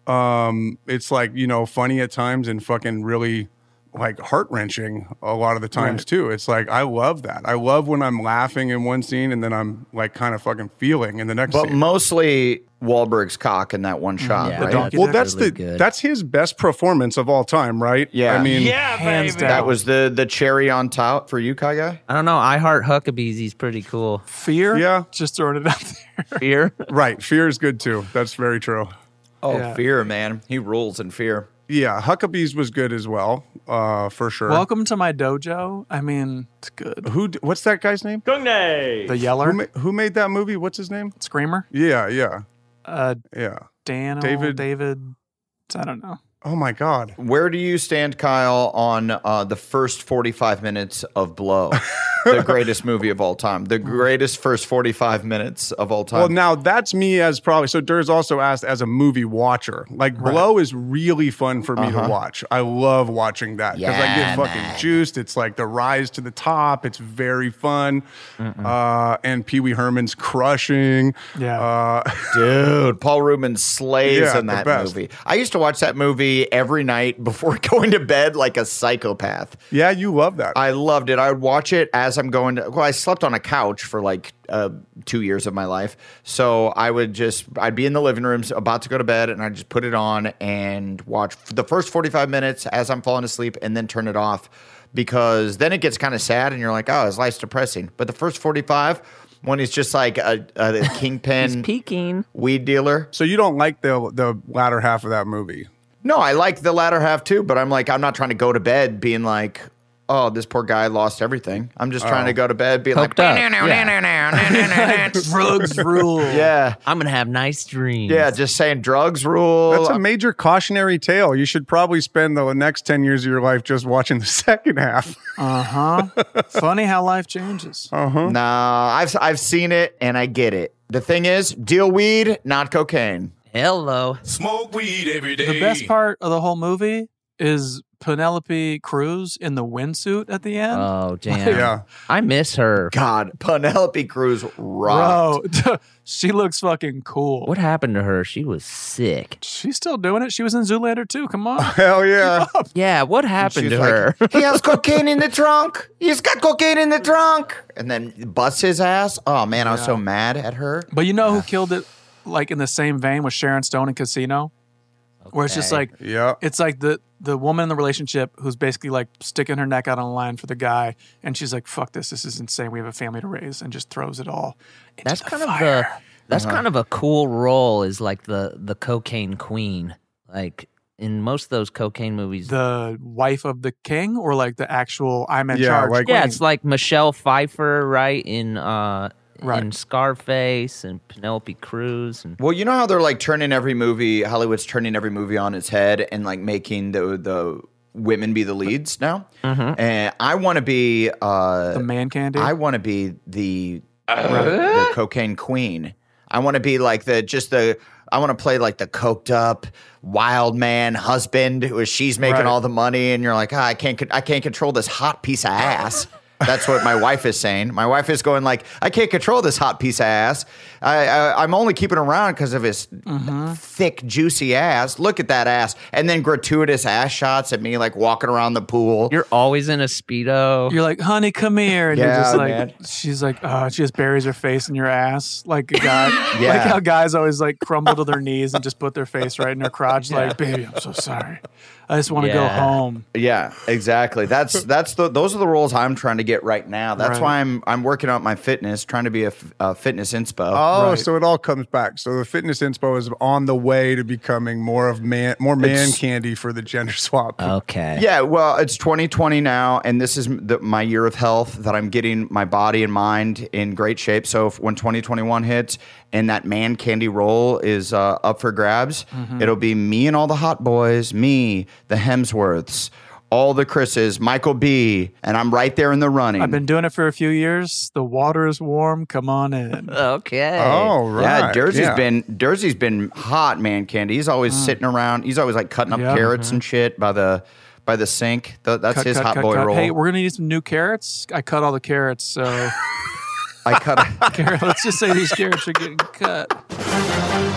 S4: Um, it's like you know funny at times and fucking really like heart wrenching a lot of the times too. It's like I love that. I love when I'm laughing in one scene and then I'm like kind of fucking feeling in the next.
S6: but
S4: scene.
S6: mostly Wahlberg's cock in that one shot,
S8: Yeah.
S6: right?
S8: Don't-
S4: well,
S8: They're
S4: that's
S8: really
S4: the
S8: good.
S4: that's his best performance of all time, right?
S6: Yeah.
S4: I mean,
S5: hands down
S6: that was the the cherry on top for you, Kai Guy.
S8: I don't know. I heart Huckabees. He's pretty cool.
S5: fear
S4: Yeah.
S5: just throwing it out there
S8: Fear.
S4: right. Fear is good too. That's very true.
S6: Oh,
S5: Yeah.
S6: Fear, man, he rules in Fear.
S4: Yeah, Huckabees was good as well, uh, for sure.
S5: welcome to my dojo i mean it's good
S4: who? d- What's that guy's name?
S5: the
S4: Who,
S5: yeller
S4: ma- who made that movie? What's his name?
S5: screamer
S4: Yeah, yeah,
S5: uh
S4: yeah.
S5: dan
S4: David-
S5: david david i don't know
S4: Oh my God.
S6: Where do you stand, Kyle, on uh, the first 45 minutes of Blow, the greatest movie of all time, the greatest first 45 minutes of all time?
S4: Well, now that's me as probably so. Durs also asked as a movie watcher. Like Blow is really fun for me to watch. I love watching that because I get
S3: Yeah,
S4: fucking juiced. It's like the rise to the top. It's very fun. Uh, and Pee Wee Herman's crushing.
S5: Yeah.
S4: Uh,
S6: Dude, Paul Rubin slays
S4: Yeah,
S6: in
S4: the
S6: that
S4: best.
S6: movie. I used to watch that movie every night before going to bed like a psychopath.
S4: yeah, you love that.
S6: I loved it. I would watch it as I'm going to. Well, I slept on a couch for like uh, two years of my life, so I would just I'd be in the living room, about to go to bed, and I'd just put it on and watch f- the first 45 minutes as I'm falling asleep, and then turn it off because then it gets kind of sad, and you're like, oh, his life's depressing. But the first 45, when he's just like a, a kingpin
S8: Peeking.
S6: weed dealer,
S4: so you don't like the the latter half of that movie.
S6: No, I like the latter half too, but I'm like, I'm not trying to go to bed being like, oh, this poor guy lost everything. I'm just
S4: Oh.
S6: trying to go to bed being like,
S8: Hooked up.
S5: drugs rule
S6: yeah,
S8: I'm gonna have nice dreams.
S6: yeah, just saying drugs rule.
S4: That's a major cautionary tale. You should probably spend the next 10 years of your life just watching the second half.
S5: uh-huh funny how life changes
S4: Oh.
S6: no, I've I've seen it and I get it. The thing is, deal weed, not cocaine.
S8: Hello.
S5: the best part of the whole movie is Penelope Cruz in the windsuit at the
S1: Uh,
S5: end.
S8: Oh damn!
S4: Yeah.
S8: I miss her.
S6: God, Penelope Cruz rocked.
S5: Bro, she looks fucking cool.
S8: What happened to her? She was sick.
S5: She's still doing it. She was in Zoolander too. Come on.
S4: Hell yeah.
S8: Yeah, what happened
S6: She's
S8: to
S6: like,
S8: her?
S6: he has cocaine in the trunk. He's got cocaine in the trunk. And then busts his ass. Oh man, I was so mad at her.
S5: But you know who killed it? Like in the same vein with Sharon Stone in Casino, where it's just like
S4: Yeah.
S5: it's like the the woman in the relationship who's basically like sticking her neck out on the line for the guy, and she's like, "Fuck this! This is insane. We have a family to raise," and just throws it all. into
S8: that's
S5: the
S8: kind of the
S5: fire.
S8: that's kind of a cool role is like the the cocaine queen. Like in most of those cocaine movies.
S5: the wife of the king, or like the actual I'm in
S4: Yeah,
S5: charge.
S4: like-
S8: yeah,
S5: queen.
S8: it's like Michelle Pfeiffer, right? In uh
S5: Right.
S8: in Scarface and Penelope Cruz and
S6: Well, you know how they're like turning every movie, Hollywood's turning every movie on its head and like making the the women be the leads now. And I want to be,
S5: the
S6: uh,
S5: man candy.
S6: I want to be the, the cocaine queen. I want to be like the just the. I want to play like the coked up wild man husband who is she's making
S5: Right.
S6: all the money, and you're like, ah, I can't, con- I can't control this hot piece of ass. That's what my wife is saying. My wife is going like, I can't control this hot piece of ass. I, I I'm only keeping around because of his thick, juicy ass. Look at that ass, and then gratuitous ass shots at me like walking around the pool.
S8: you're always in a speedo.
S5: You're like, honey, come here. And you're
S6: Yeah,
S5: just like,
S6: man.
S5: she's like, oh, she just buries her face in your ass. Like a guy,
S6: Yeah.
S5: like how guys always like crumble to their knees and just put their face right in her crotch. Like, baby, I'm so sorry. I just want to
S8: Yeah.
S5: go home.
S6: Yeah, exactly. That's that's the those are the roles I'm trying to get right now. That's
S5: Right.
S6: why I'm I'm working out my fitness, trying to be a, f- a fitness inspo.
S4: Oh,
S5: Right.
S4: so it all comes back. So the fitness inspo is on the way to becoming more of man, more man candy for the gender swap.
S8: okay.
S6: yeah, well, it's 2020 now, and this is the, my year of health that I'm getting my body and mind in great shape. So if, when 2021 hits and that man candy role is uh, up for grabs,
S5: Mm-hmm.
S6: it'll be me and all the hot boys, me, the Hemsworths, all the Chris's, Michael B, and I'm right there in the running.
S5: I've been doing it for a few years. The water is warm. Come on in.
S8: Okay.
S4: oh, right.
S6: Yeah, Dersey's
S4: Yeah.
S6: been Dersey's been hot, man, Candy. He's always sitting around. He's always like cutting up
S5: Mm. Yeah. mm-hmm.
S6: carrots and shit by the by the sink. Th- that's his hot boy role.
S5: Hey, we're gonna need some new carrots. I cut all the carrots, so
S6: I cut.
S5: Carrot, let's just say these carrots are getting cut.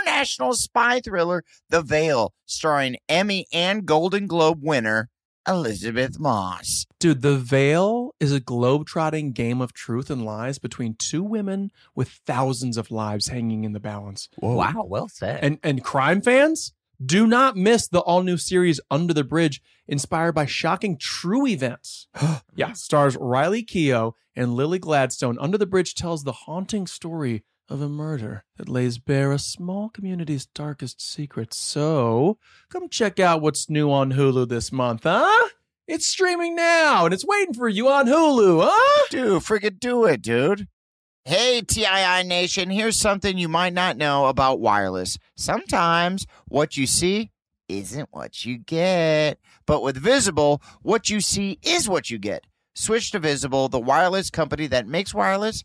S3: international spy thriller the Veil, starring Emmy and Golden Globe winner Elizabeth Moss.
S2: Dude, The Veil is a globe-trotting game of truth and lies between two women with thousands of lives hanging in the balance.
S8: Wow, well said.
S2: And and crime fans, do not miss the all-new series Under the Bridge, inspired by shocking true events. yeah, stars Riley Keough and Lily Gladstone. Under the Bridge tells the haunting story of a murder that lays bare a small community's darkest secrets. So, come check out what's new on Hulu this month, huh? It's streaming now and it's waiting for you on Hulu, huh?
S3: Dude, friggin' do it, dude. Hey, TII Nation, here's something you might not know about wireless. Sometimes what you see isn't what you get. But with Visible, what you see is what you get. Switch to Visible, the wireless company that makes wireless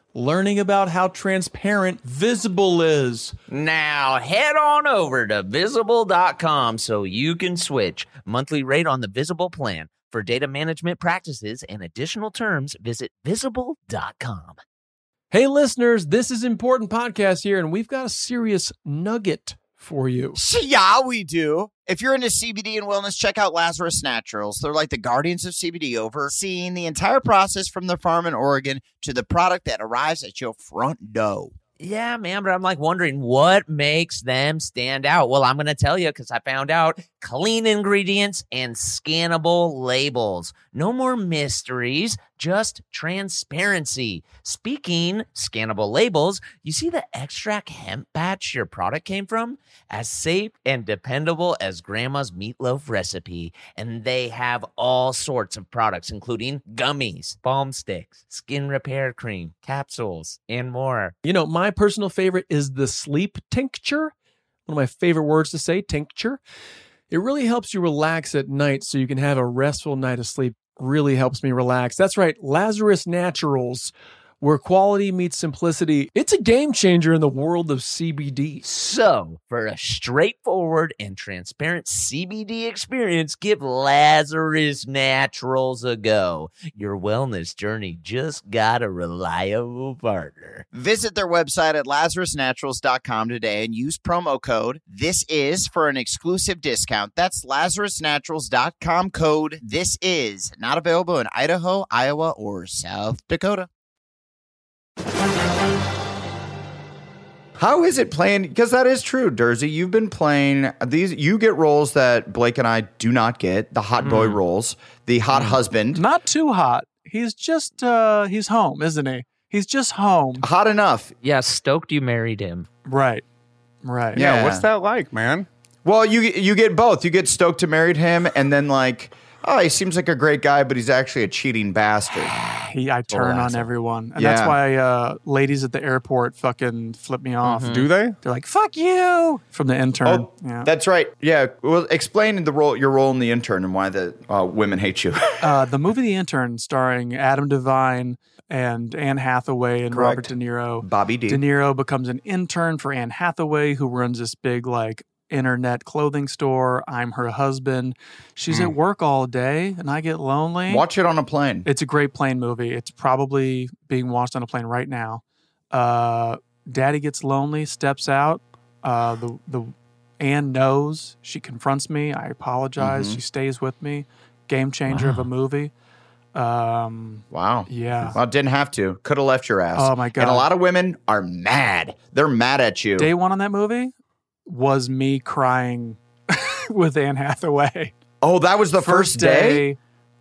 S2: learning about how transparent Visible is.
S1: Now head on over to visible.com so you can switch. Monthly rate on the visible plan. For data management practices and additional terms, visit visible.com.
S2: Hey, listeners, this is important podcast here, and we've got a serious nugget for you.
S3: See, yeah, we do. If you're into CBD and wellness, check out Lazarus Naturals. They're like the guardians of CBD, overseeing the entire process from the farm in Oregon to the product that arrives at your front door.
S1: Yeah, man, but I'm like wondering what makes them stand out. Well, I'm going to tell you because I found out clean ingredients and scannable labels. No more mysteries, just transparency. Speaking scannable labels, you see the extract hemp batch your product came from? As safe and dependable as grandma's meatloaf recipe. And they have all sorts of products, including gummies, balm sticks, skin repair cream, capsules, and more.
S2: You know, my personal favorite is the sleep tincture. One of my favorite words to say, tincture. It really helps you relax at night so you can have a restful night of sleep. Really helps me relax. That's right, Lazarus Naturals, where quality meets simplicity. It's a game changer in the world of CBD.
S1: So, for a straightforward and transparent CBD experience, give Lazarus Naturals a go. Your wellness journey just got a reliable partner.
S3: Visit their website at lazarusnaturals.com today and use promo code This Is for an exclusive discount. That's lazarusnaturals.com code This Is. Not available in Idaho, Iowa, or South Dakota.
S6: How is it playing? Because that is true, Dersey. You've been playing these. You get roles that Blake and I do not get. The hot boy roles, the hot husband,
S5: Mm. Not too hot. He's just uh he's home, isn't he? He's just home.
S6: hot enough.
S8: Yeah, stoked you married him.
S5: Right. Right.
S6: Yeah.
S4: what's that like, man?
S6: Well, you you get both. You get stoked to married him, and then like, oh, he seems like a great guy, but he's actually a cheating bastard.
S5: He, I turn on everyone. And
S6: Yeah.
S5: that's why uh ladies at the airport fucking flip me off.
S6: Mm-hmm.
S4: Do they?
S5: They're like, fuck you from the intern.
S6: Oh,
S5: yeah.
S6: that's right. Yeah. Well, explain the role, your role in the intern, and why the uh, women hate you.
S5: uh, the movie The Intern, starring Adam Devine and Anne Hathaway and Robert
S6: Correct.
S5: De Niro.
S6: Bobby D.
S5: De Niro becomes an intern for Anne Hathaway, who runs this big like internet clothing store. I'm her husband. She's
S6: Mm.
S5: at work all day, and I get lonely.
S6: Watch it on a plane.
S5: It's a great plane movie. It's probably being watched on a plane right now. Uh, Daddy gets lonely, steps out. Uh, the the Anne knows. She confronts me. I apologize.
S6: Mm-hmm.
S5: She stays with me. Game changer of a movie. Um,
S6: Wow.
S5: yeah.
S6: Well, didn't have to. Could have left your ass.
S5: Oh, my
S6: And a
S5: God.
S6: lot of women are mad. They're mad at you.
S5: Day one on that movie was me crying with Anne Hathaway.
S6: oh, that was the first, day?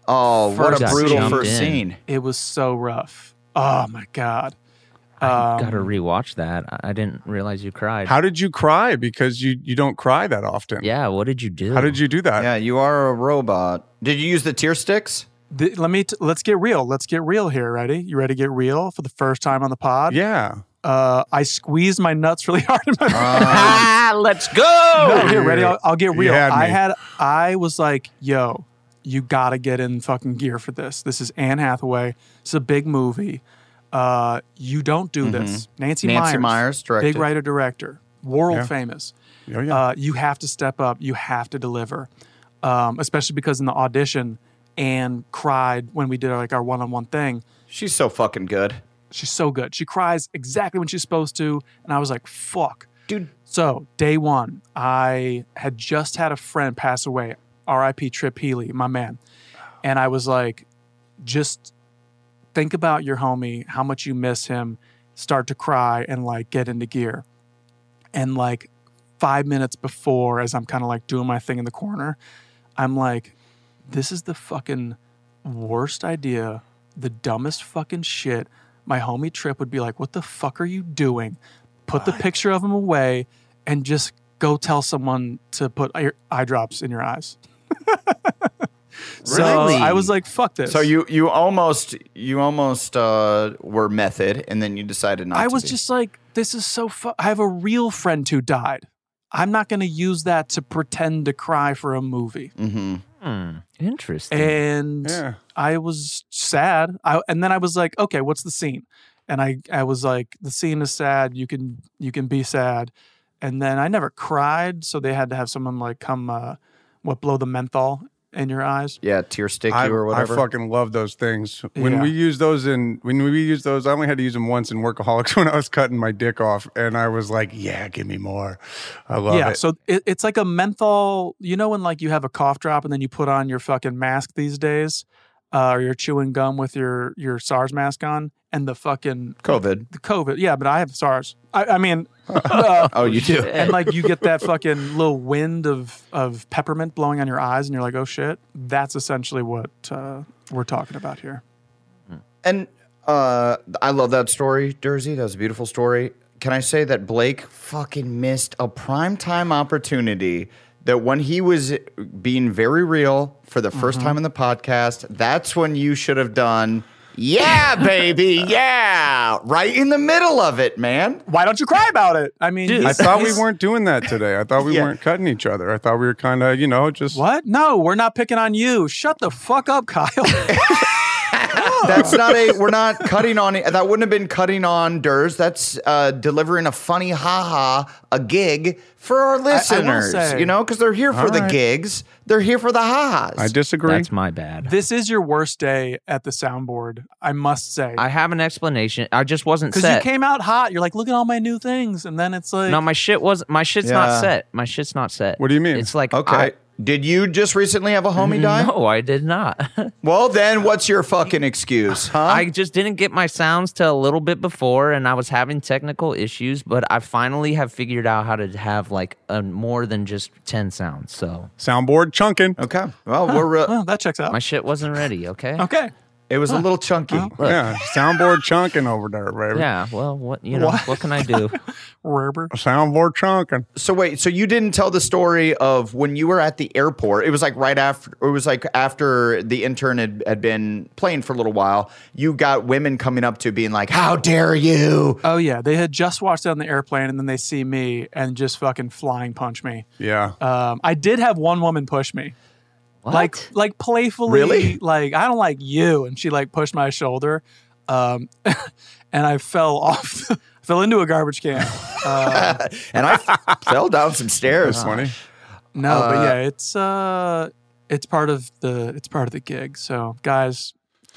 S6: Oh, what a
S8: First
S6: brutal
S8: jumped
S6: first
S8: in.
S6: scene.
S5: it was so rough. Oh my god. Um,
S8: Got to rewatch that. I- I didn't realize you cried.
S4: How did you cry? Because you you don't cry that often.
S8: yeah, what did you do?
S4: How did you do that?
S6: Yeah, you are a robot. Did you use the tear sticks?
S5: Th- let me t- let's get real. Let's get real here. Ready? You ready to get real for the first time on the pod?
S4: Yeah.
S5: Uh, I squeezed my nuts really hard. In my
S1: Ah, let's go!
S5: no, here, ready? I'll, I'll get
S4: You
S5: real.
S4: had
S5: I
S4: me.
S5: had I was like, yo, you gotta get in fucking gear for this. This is Anne Hathaway. It's a big movie. Uh, you don't
S4: Mm-hmm.
S5: do this. Nancy,
S6: Nancy
S5: Myers,
S6: Myers directed.
S5: big writer director, world
S4: Yeah.
S5: famous.
S4: Oh, yeah.
S5: Uh, you have to step up. You have to deliver, um, especially because in the audition, Anne cried when we did like our one-on-one thing.
S6: She's so fucking good.
S5: She's so good. She cries exactly when she's supposed to, and I was like, "Fuck,
S6: Dude.
S5: So day one, I had just had a friend pass away, R.I.P. Trip Healy, my man, and I was like, just think about your homie, how much you miss him, start to cry, and like get into gear, and like five minutes before, as I'm kind of like doing my thing in the corner, I'm like, this is the fucking worst idea, the dumbest fucking shit. my homie Trip would be like, "What the fuck are you doing? Put the picture of him away and just go tell someone to put eye, eye drops in your eyes." So
S1: Really?
S5: I was like, "Fuck this."
S6: So you you almost you almost uh, were method, and then you decided not.
S5: I
S6: to
S5: was
S6: be.
S5: just like, this is so fu- I have a real friend who died. I'm not going to use that to pretend to cry for a movie.
S6: Mhm.
S8: Hmm. Interesting.
S5: And
S4: Yeah.
S5: I was sad. I, and then I was like, okay, what's the scene? And I, I was like, the scene is sad. You can, you can be sad. And then I never cried. So they had to have someone like come, uh, what, blow the menthol in your eyes.
S6: yeah, tear stick
S4: I,
S6: you or
S4: I
S6: whatever.
S4: fucking love those things. When
S5: Yeah.
S4: we use those in when we use those, I only had to use them once in Workaholics when I was cutting my dick off, and I was like, "Yeah, give me more." I love
S5: yeah,
S4: it.
S5: so it, it's like a menthol. You know when like you have a cough drop and then you put on your fucking mask these days, uh, or you're chewing gum with your your SARS mask on, and the fucking
S6: COVID.
S5: the COVID. Yeah, but I have SARS. I, I mean, uh,
S6: Oh, you do.
S5: and like you get that fucking little wind of of peppermint blowing on your eyes, and you're like, oh shit. That's essentially what uh, we're talking about here.
S6: And uh, I love that story, Dersey. That was a beautiful story. Can I say that Blake fucking missed a primetime opportunity that when he was being very real for the 1st time in the podcast, that's when you should have done, yeah, baby, yeah, right in the middle of it, man.
S5: Why don't you cry about it? I mean,
S8: Dude,
S4: I
S5: he's-
S4: thought we
S5: he's-
S4: weren't doing that today. I thought we
S6: Yeah.
S4: weren't cutting each other. I thought we were kind of, you know, just
S5: What? No, we're not picking on you. Shut the fuck up, Kyle.
S6: That's not a, we're not cutting on, that wouldn't have been cutting on Durs. That's uh, delivering a funny haha, a gig for our listeners,
S5: say-
S6: you know, because they're here for the
S4: right.
S6: gigs, they're here for the hahas.
S4: I disagree.
S8: That's my bad.
S5: This is your worst day at the soundboard, I must say.
S8: I have an explanation. I just wasn't
S5: Because you
S8: set.
S5: came out hot. You're like, look at all my new things. And then it's like,
S8: No, my shit was my shit's
S6: Yeah.
S8: not set. My shit's not set.
S4: What do you mean?
S8: It's like
S6: Okay.
S8: I-
S6: Did you just recently have a homie die?
S8: no, I did not.
S6: Well, then what's your fucking excuse, huh?
S8: I just didn't get my sounds till a little bit before, and I was having technical issues. But I finally have figured out how to have like a more than just ten sounds. So
S4: Soundboard chunking.
S6: okay. Well, we're re-
S5: oh, that checks out.
S8: my shit wasn't ready. Okay.
S5: okay.
S6: it was a little chunky.
S4: Yeah, soundboard chunking over there, baby.
S8: Yeah. Well, what you know?
S5: What?
S8: What, can I do?
S5: Rubber.
S4: Soundboard chunking.
S6: So wait, so you didn't tell the story of when you were at the airport. It was like right after it was like after the intern had, had been playing for a little while. You got women coming up to being like, "How dare you?"
S5: Oh, yeah. They had just watched on the airplane and then they see me and just fucking flying punch me.
S4: Yeah.
S8: Uh,
S5: Um, I did have one woman push me. Like,
S8: What?
S5: like playfully,
S6: Really?
S5: like, I don't like you. And she like pushed my shoulder. Um, and I fell off, fell into a garbage can.
S6: And I f- fell down some stairs.
S4: Funny.
S5: No, but yeah, it's uh it's part of the it's part of the gig. So guys,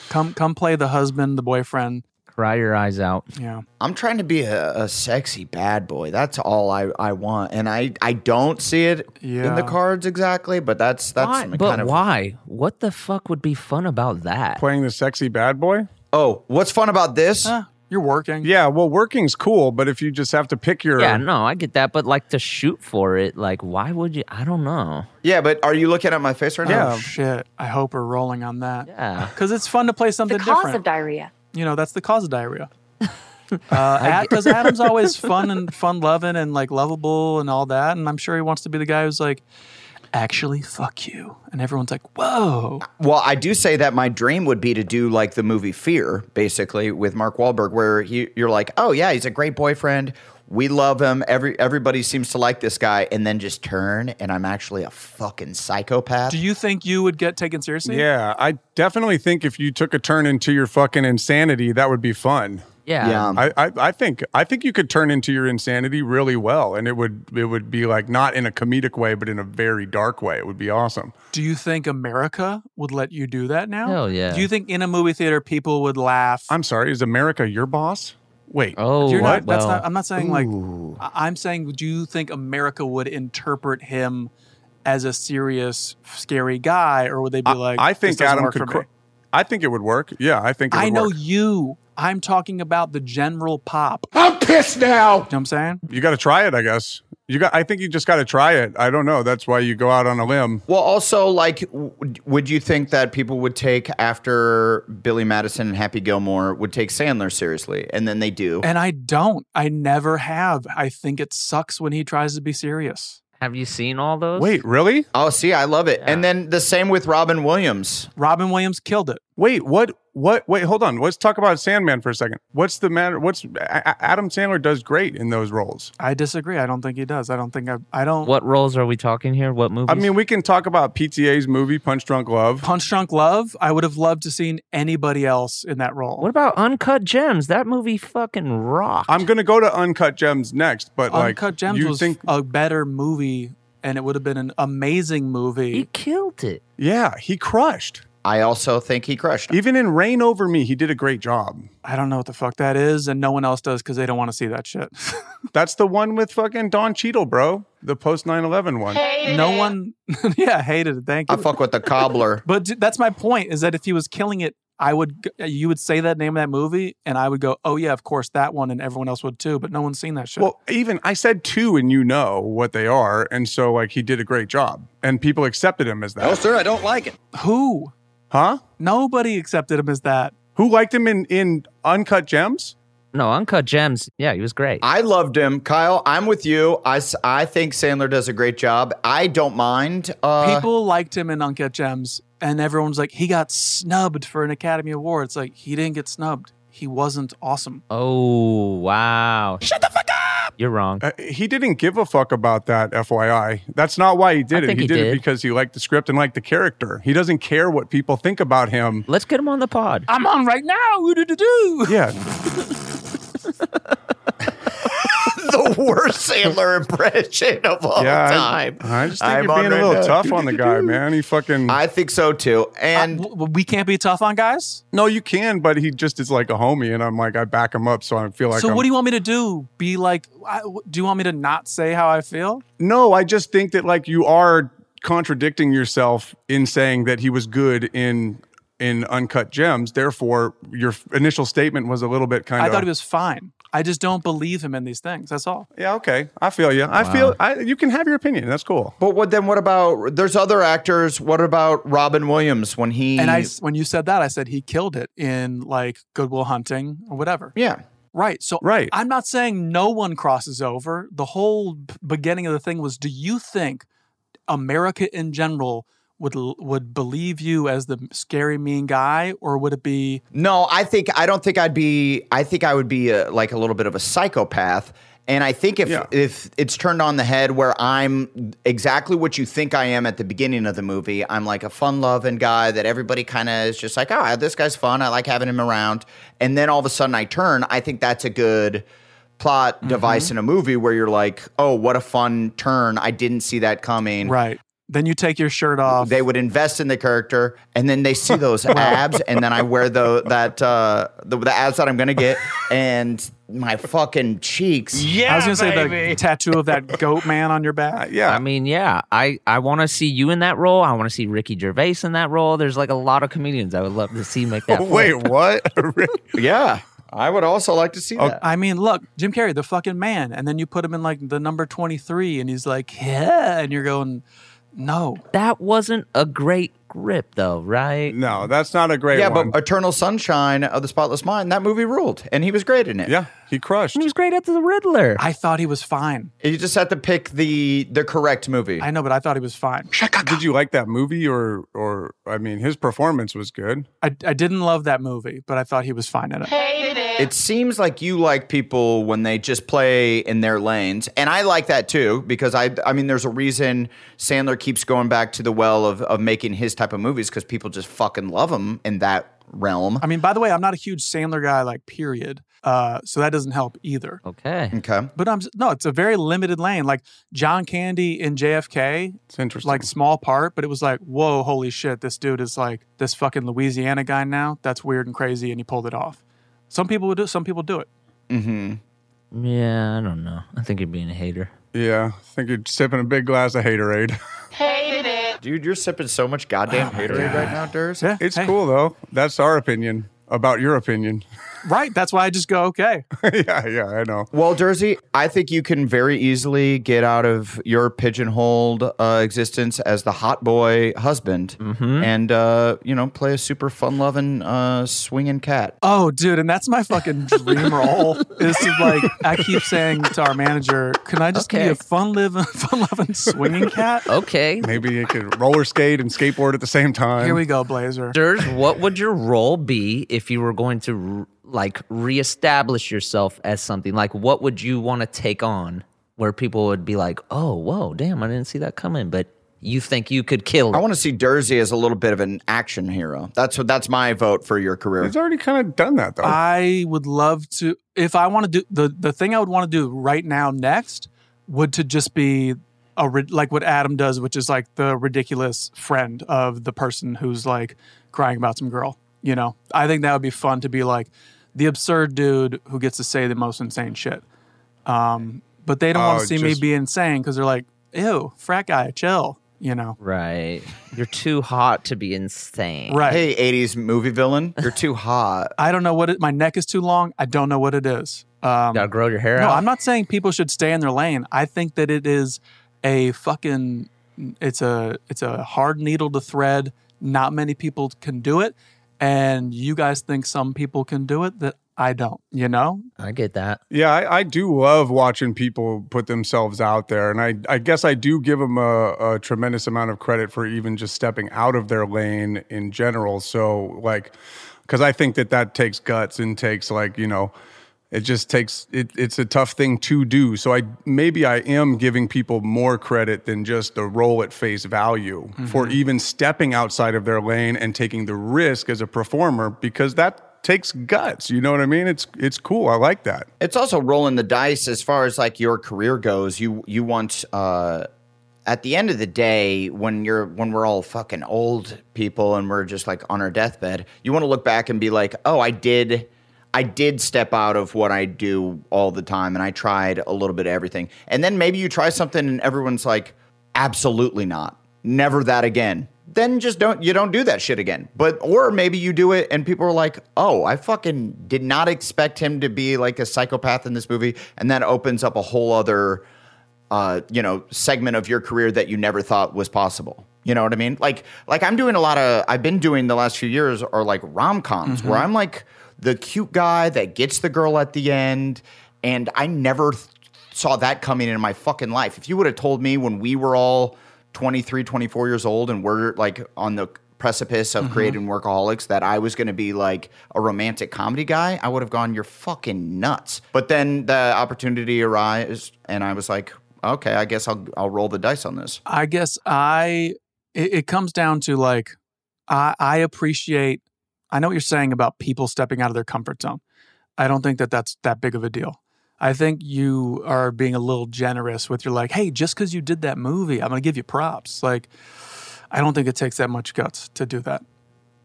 S5: come come play the husband, the boyfriend.
S8: Cry your eyes out.
S5: Yeah.
S6: I'm trying to be a, a sexy bad boy. That's all I, I want, and I, I don't see it in
S5: Yeah.
S6: the cards exactly. But that's that's
S8: Why?
S6: my
S8: But
S6: kind of
S8: why? What the fuck would be fun about that?
S4: Playing the sexy bad boy.
S6: Oh, what's fun about this?
S5: Ah, you're working.
S4: Yeah. Well, working's cool, but if you just have to pick your.
S8: Yeah, no, I get that, but like to shoot for it, like why would you? I don't know.
S6: yeah, but are you looking at my face right
S5: Oh
S6: now?
S5: shit. I hope we're rolling on that.
S8: Yeah.
S5: Cuz it's fun to play something
S9: The cause
S5: different.
S9: of diarrhea.
S5: you know, that's the cause of diarrhea. Uh, because Adam's always fun and fun loving and like lovable and all that, and I'm sure he wants to be the guy who's like, actually, fuck you, and everyone's like, whoa,
S6: Well, I do say that my dream would be to do like the movie Fear, basically with Mark Wahlberg, where he, you're like, oh yeah, he's a great boyfriend. We love him. Every everybody seems to like this guy, and then just turn, and I'm actually a fucking psychopath.
S5: do you think you would get taken seriously?
S4: Yeah, I definitely think if you took a turn into your fucking insanity, that would be fun.
S8: Yeah.
S6: Yeah.
S4: I, I, I think I think you could turn into your insanity really well, and it would it would be like not in a comedic way, but in a very dark way. It would be awesome.
S5: Do you think America would let you do that now?
S8: Hell yeah.
S5: Do you think in a movie theater people would laugh?
S4: I'm sorry, is America your boss? Wait,
S8: Oh,
S5: You're not-
S8: well,
S5: that's not, I'm not saying like. I- I'm saying, do you think America would interpret him as a serious, scary guy, or would they be like,
S4: I think
S5: this doesn't
S4: Adam
S5: work
S4: could.
S5: for
S4: Cr-
S5: me?
S4: I think it would work. Yeah, I think. It would
S5: I know
S4: work.
S5: you. I'm talking about the general pop. You
S10: I'm pissed now.
S5: know what I'm saying?
S4: you got to try it, I guess. You got. I think you just got to try it. I don't know. That's why you go out on a limb.
S6: Well, also, like, w- would you think that people would take after Billy Madison and Happy Gilmore would take Sandler seriously, and then they do?
S5: And I don't. I never have. I think it sucks when he tries to be serious.
S8: Have you seen all those?
S4: Wait, really?
S6: oh, see, I love it. And then the same with Robin Williams.
S5: Robin Williams killed it.
S4: Wait, what? What? Wait, hold on. Let's talk about Sandman for a second. What's the matter? What's A- A- Adam Sandler does great in those roles.
S5: I disagree. I don't think he does. I don't think I. I don't.
S8: What roles are we talking here? What movies?
S4: I mean, we can talk about PTA's movie Punch Drunk Love.
S5: Punch Drunk Love. I would have loved to seen anybody else in that role.
S8: what about Uncut Gems? That movie fucking rocked.
S4: I'm gonna go to Uncut Gems next, but
S5: Uncut
S4: like,
S5: Gems
S4: you
S5: was
S4: think?
S5: a better movie, and it would have been an amazing movie.
S8: he killed it.
S4: Yeah, he crushed.
S6: I also think he crushed.
S4: Even in Rain Over Me, he did a great job.
S5: I don't know what the fuck that is, and no one else does because they don't want to see that shit.
S4: That's the one with fucking Don Cheadle, bro. The post 9/11 one.
S5: no one, yeah, hated it. Thank
S6: I
S5: you.
S6: fuck with the cobbler.
S5: but d- that's my point: is that if he was killing it, I would, g- uh, you would say that name of that movie, and I would go, "Oh yeah, of course that one," and everyone else would too. But no one's seen that shit.
S4: Well, even I said two, and you know what they are, and so like he did a great job, and people accepted him as that.
S3: I don't like it.
S5: Who?
S4: Huh?
S5: Nobody accepted him as that.
S4: Who liked him in in Uncut Gems?
S8: No, Uncut Gems. Yeah, he was great.
S6: I loved him, Kyle. I'm with you. I, s- I think Sandler does a great job. I don't mind. Uh,
S5: People liked him in Uncut Gems, and everyone's like, "He got snubbed for an Academy Award." It's like he didn't get snubbed. He wasn't awesome.
S8: oh wow. Shut the fuck up. You're wrong.
S4: Uh, he didn't give a fuck about that. FYI, that's not why he did
S8: I
S4: it.
S8: think
S4: He
S8: he
S4: did, it
S8: did.
S4: because he liked the script and liked the character. He doesn't care what people think about him.
S8: Let's get him on the pod.
S5: I'm on right now. Ooh-doo-doo-doo.
S4: Yeah,
S6: the worst Sandler impression of all
S4: yeah. I-
S6: time.
S4: I, just think
S6: I'm
S4: you're
S6: on
S4: being
S6: right
S4: a little
S6: now.
S4: tough on the guy, Uh, man. He fucking
S6: I think so too. And
S5: W- w- we can't be tough on guys.
S4: no, you can, but he just is like a homie, and I'm like I back him up, so I feel like.
S5: so
S4: I'm,
S5: what do you want me to do? Be like, I, do you want me to not say how I feel?
S4: No, I just think that like you are contradicting yourself in saying that he was good in in uncut gems. Therefore, your f- initial statement was a little bit kind
S5: I
S4: of.
S5: thought he was fine. I just don't believe him in these things. That's all.
S4: Yeah, okay, I feel you. I feel I, you can have your opinion. That's cool.
S6: but what then? What about there's other actors? What about Robin Williams when he
S5: And I, s- when you said that, I said he killed it in like Goodwill Hunting or whatever.
S6: yeah
S5: Right. So
S4: Right.
S5: I'm not saying no one crosses over. The whole b- beginning of the thing was, do you think America in general would l- would believe you as the scary mean guy, or would it be
S6: no I think I don't think I'd be I think I would be a, like a little bit of a psychopath. And I think if
S4: Yeah.
S6: if it's turned on the head where I'm exactly what you think I am at the beginning of the movie, I'm like a fun loving guy that everybody kind of is just like, oh, this guy's fun. I like having him around. And then all of a sudden I turn. I think that's a good plot device in a movie where you're like, oh, what a fun turn. I didn't see that coming.
S5: right? Then you take your shirt off.
S6: they would invest in the character and then they see those abs and then i wear the that uh the, the abs that i'm gonna get and my fucking cheeks
S5: I was gonna say the tattoo of that goat man on your
S4: Uh,
S5: back.
S4: yeah,
S8: I mean, yeah, I, I want to see you in that role. I want to see Ricky Gervais in that role. There's like a lot of comedians I would love to see make that.
S4: wait, what?
S6: yeah i would also like to see that
S5: I mean, look, Jim Carrey, the fucking man, and then you put him in like the number twenty three, and he's like, yeah, and you're going, no,
S8: That wasn't a great grip, though, right?
S4: no, that's not a great
S6: yeah
S4: one.
S6: but eternal sunshine of the spotless mind that movie ruled and he was great in it
S4: yeah, he crushed.
S8: He was great at the Riddler.
S5: I thought he was fine.
S6: you just have to pick the the correct movie
S5: I know, but I thought he was fine.
S4: Did you like that movie or or I mean, his performance was good.
S5: I, I didn't love that movie, but I thought he was fine in it.
S6: It seems like you like people when they just play in their lanes, and I like that too because I, I mean, there's a reason Sandler keeps going back to the well of of making his type of movies because people just fucking love him in that realm.
S5: I mean, by the way, I'm not a huge Sandler guy, like period. Uh, so that doesn't help either.
S8: okay.
S6: Okay,
S5: But I'm s- no, it's a very limited lane. Like John Candy in JFK,
S4: It's interesting.
S5: like small part, but it was like, whoa, holy shit, this dude is like this fucking Louisiana guy now. That's weird and crazy, and he pulled it off. Some people would do. Some people do it.
S8: Yeah, I don't know. I think you're being a hater.
S4: yeah, I think you're sipping a big glass of haterade.
S6: dude, you're sipping so much goddamn Haterade right now, Durs.
S5: Yeah,
S4: It's
S5: hey,
S4: cool though. That's our opinion about your opinion.
S5: right. That's why I just go, okay.
S4: yeah, yeah, I know.
S6: Well, Jersey, I think you can very easily get out of your pigeonholed uh, existence as the hot boy husband and, uh, you know, play a super fun loving, uh, swinging cat.
S5: Oh, dude, and that's my fucking dream role. Is to like I keep saying to our manager, can I just be
S8: Okay.
S5: a fun living, fun loving swinging cat?
S8: Okay.
S4: Maybe you could roller skate and skateboard at the same time.
S5: Here we go, Blazer.
S8: Durs, what would your role be if you were going to like reestablish yourself as something? Like, what would you want to take on where people would be like, oh, whoa, damn, I didn't see that coming, but you think you could kill
S6: I
S8: it?
S6: want to see Jersey as a little bit of an action hero. That's what that's my vote for your career.
S4: He's already kind of done that though.
S5: I would love to if I want to do the the thing I would want to do right now next would to just be a rid- like what Adam does, which is like the ridiculous friend of the person who's like crying about some girl. You know, I think that would be fun to be like the absurd dude who gets to say the most insane shit. Um, but they don't want
S4: Oh,
S5: to see
S4: just-
S5: me be insane because they're like, "Ew, frat guy, chill." You know,
S8: Right. You're too hot to be insane.
S5: right?
S6: hey, 80s movie villain, you're too hot.
S5: I don't know what it. My neck is too long. I don't know what it is. Um,
S8: Gotta grow your hair
S5: No,
S8: out.
S5: I'm not saying people should stay in their lane. I think that it is a fucking it's a it's a hard needle to thread. Not many people can do it, and you guys think some people can do it that I don't. You know,
S8: I get that.
S4: Yeah, I, I do love watching people put themselves out there. And I, I guess I do give them a, a tremendous amount of credit for even just stepping out of their lane in general. So, like, because I think that that takes guts and takes, like, you know, it just takes, it, it's a tough thing to do. So, I maybe I am giving people more credit than just the role at face value for even stepping outside of their lane and taking the risk as a performer because that takes guts. You know what I mean? It's, it's cool. I like that.
S6: It's also rolling the dice as far as like your career goes. You you want uh at the end of the day when you're when we're all fucking old people and we're just like on our deathbed, you want to look back and be like, "Oh, I did I did step out of what I do all the time and I tried a little bit of everything." And then maybe you try something and everyone's like, "Absolutely not. Never that again." Then just don't you don't do that shit again. But or maybe you do it and people are like, "Oh, I fucking did not expect him to be like a psychopath in this movie." And that opens up a whole other uh, you know, segment of your career that you never thought was possible. You know what I mean? Like, like I'm doing a lot of, I've been doing the last few years are like rom coms where I'm like the cute guy that gets the girl at the end. And I never th- saw that coming in my fucking life. If you would have told me when we were all 23, 24 years old and we're like on the precipice of creating workaholics that I was going to be like a romantic comedy guy, I would have gone, you're fucking nuts. But then the opportunity arrived and I was like, okay, I guess I'll, I'll roll the dice on this.
S5: I guess I it, it comes down to like I I appreciate I know what you're saying about people stepping out of their comfort zone. I don't think that that's that big of a deal. I think you are being a little generous with your like, hey, just because you did that movie, I'm gonna give you props. Like, I don't think it takes that much guts to do that.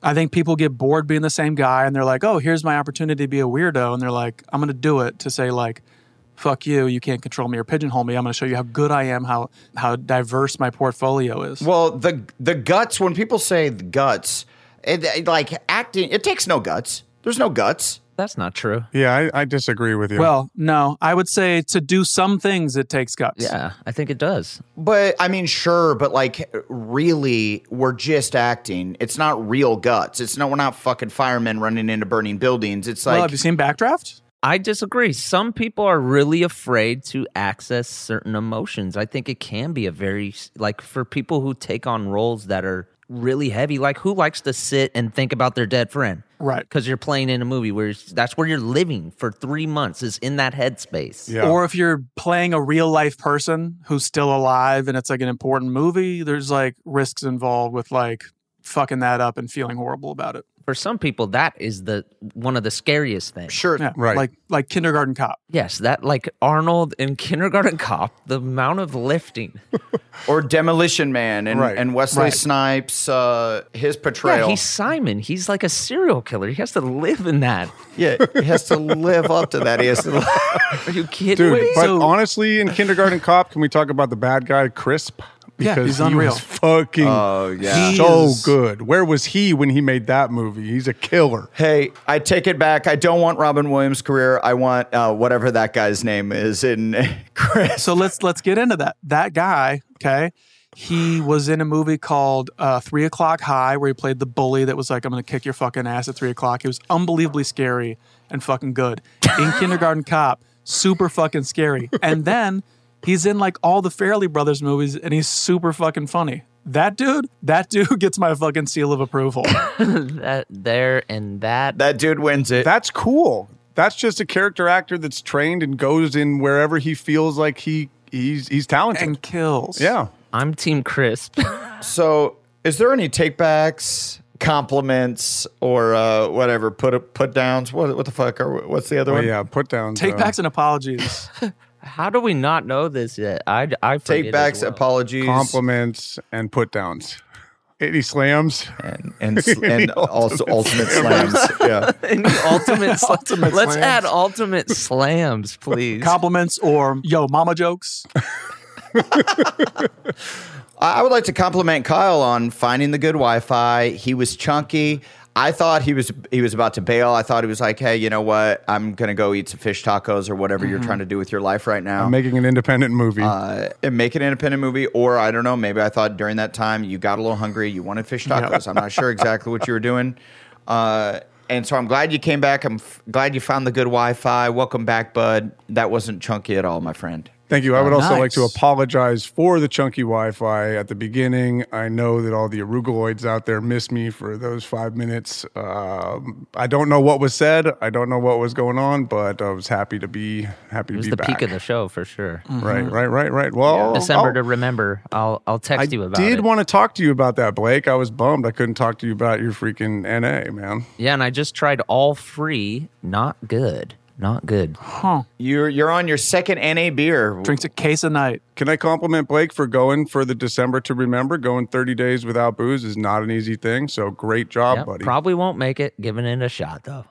S5: I think people get bored being the same guy and they're like, oh, here's my opportunity to be a weirdo. And they're like, I'm going to do it to say, like, fuck you. You can't control me or pigeonhole me. I'm going to show you how good I am, how, how diverse my portfolio is.
S6: Well, the the guts. When people say the guts, it, it, like acting, it takes no guts. There's no guts.
S8: That's not true.
S4: Yeah, I, I disagree with you.
S5: Well, no, I would say to do some things, it takes guts.
S8: Yeah, I think it does.
S6: But I mean, sure, but like, really, we're just acting. It's not real guts. It's not. We're not fucking firemen running into burning buildings. It's
S5: well,
S6: like
S5: have you seen Backdraft?
S8: I disagree. Some people are really afraid to access certain emotions. I think it can be a very like for people who take on roles that are really heavy. Like who likes to sit and think about their dead friend?
S5: Right.
S8: Because you're playing in a movie where it's- that's where you're living for three months is in that headspace.
S4: Yeah.
S5: Or if you're playing a real life person who's still alive and it's like an important movie, there's like risks involved with like fucking that up and feeling horrible about it.
S8: For some people, that is the one of the scariest things.
S6: sure,
S5: Yeah.
S4: Right.
S5: Like like kindergarten cop.
S8: Yes, that like Arnold in Kindergarten Cop, the amount of lifting.
S6: or Demolition Man and
S4: Right.
S6: and Wesley
S5: Right.
S6: Snipes, uh, his portrayal.
S8: Yeah, he's Simon. He's like a serial killer. He has to live in that.
S6: yeah, he has to live up to that. He has to.
S8: Are you kidding
S4: Dude,
S8: me?
S4: but
S5: so-
S4: honestly, in Kindergarten Cop, can we talk about the bad guy, Crisp?
S5: Yeah,
S4: because
S5: he's
S4: he
S5: unreal.
S4: was fucking
S6: Oh, yeah.
S4: so
S5: is-
S4: good. Where was he when he made that movie? He's a killer.
S6: Hey, I take it back. I don't want Robin Williams' career. I want uh, whatever that guy's name is in Chris.
S5: So let's let's get into that. That guy, okay, he was in a movie called uh, Three O'clock High, where he played the bully that was like, "I'm gonna kick your fucking ass at three o'clock." He was unbelievably scary and fucking good. In Kindergarten Cop, super fucking scary, and then he's in like all the Fairley Brothers movies, and he's super fucking funny. That dude, that dude gets my fucking seal of approval.
S1: that there and that.
S6: That dude wins it.
S4: That's cool. That's just a character actor that's trained and goes in wherever he feels like he he's he's talented.
S5: and kills.
S4: yeah.
S1: I'm Team Crisp.
S6: So, is there any takebacks, compliments, or uh, whatever put put downs? What, what the fuck? Are, what's the other
S4: Oh
S6: one?
S4: yeah, put down.
S5: Take backs and apologies.
S1: How do we not know this yet? I I forget as
S6: Takebacks,
S1: well.
S6: apologies,
S4: compliments and put downs. Any slams?
S6: and and, sl- and also ultimate slams. yeah.
S1: Any ultimate, sl- Let's add ultimate slams, please.
S5: Compliments or yo mama jokes.
S6: I I would like to compliment Kyle on finding the good Wi-Fi. He was chunky. I thought he was he was about to bail. I thought he was like, hey, you know what? I'm gonna go eat some fish tacos or whatever you're trying to do with your life right now.
S4: I'm making an independent movie.
S6: uh, and make an independent movie, or I don't know. Maybe I thought during that time you got a little hungry, you wanted fish tacos. I'm not sure exactly what you were doing. Uh, and so I'm glad you came back. I'm f- glad you found the good Wi-Fi. Welcome back, bud. That wasn't chunky at all, my friend.
S4: Thank you. I
S1: Oh,
S4: would also like to
S5: nice.
S4: apologize for the chunky Wi-Fi at the beginning. I know that all the arugaloids out there miss me for those five minutes. Um, I don't know what was said. I don't know what was going on, but I was happy to be
S1: it
S4: happy to
S1: was
S4: be
S1: the
S4: back.
S1: peak of the show for sure.
S4: Right, right, right, right. Well,
S1: December
S4: I'll-
S1: to remember. I'll I'll
S4: I
S1: text you about
S4: did
S1: it.
S4: want to talk to you about that, Blake. I was bummed I couldn't talk to you about your freaking NA, man.
S1: yeah, and I just tried all three. Not good. Not good.
S6: You're you're on your second NA beer.
S5: Drinks a case a night.
S4: Can I compliment Blake for going for the December to remember? Going 30 days without booze is not an easy thing. So great job,
S1: Yeah,
S4: buddy.
S1: probably won't make it. Giving it a shot though.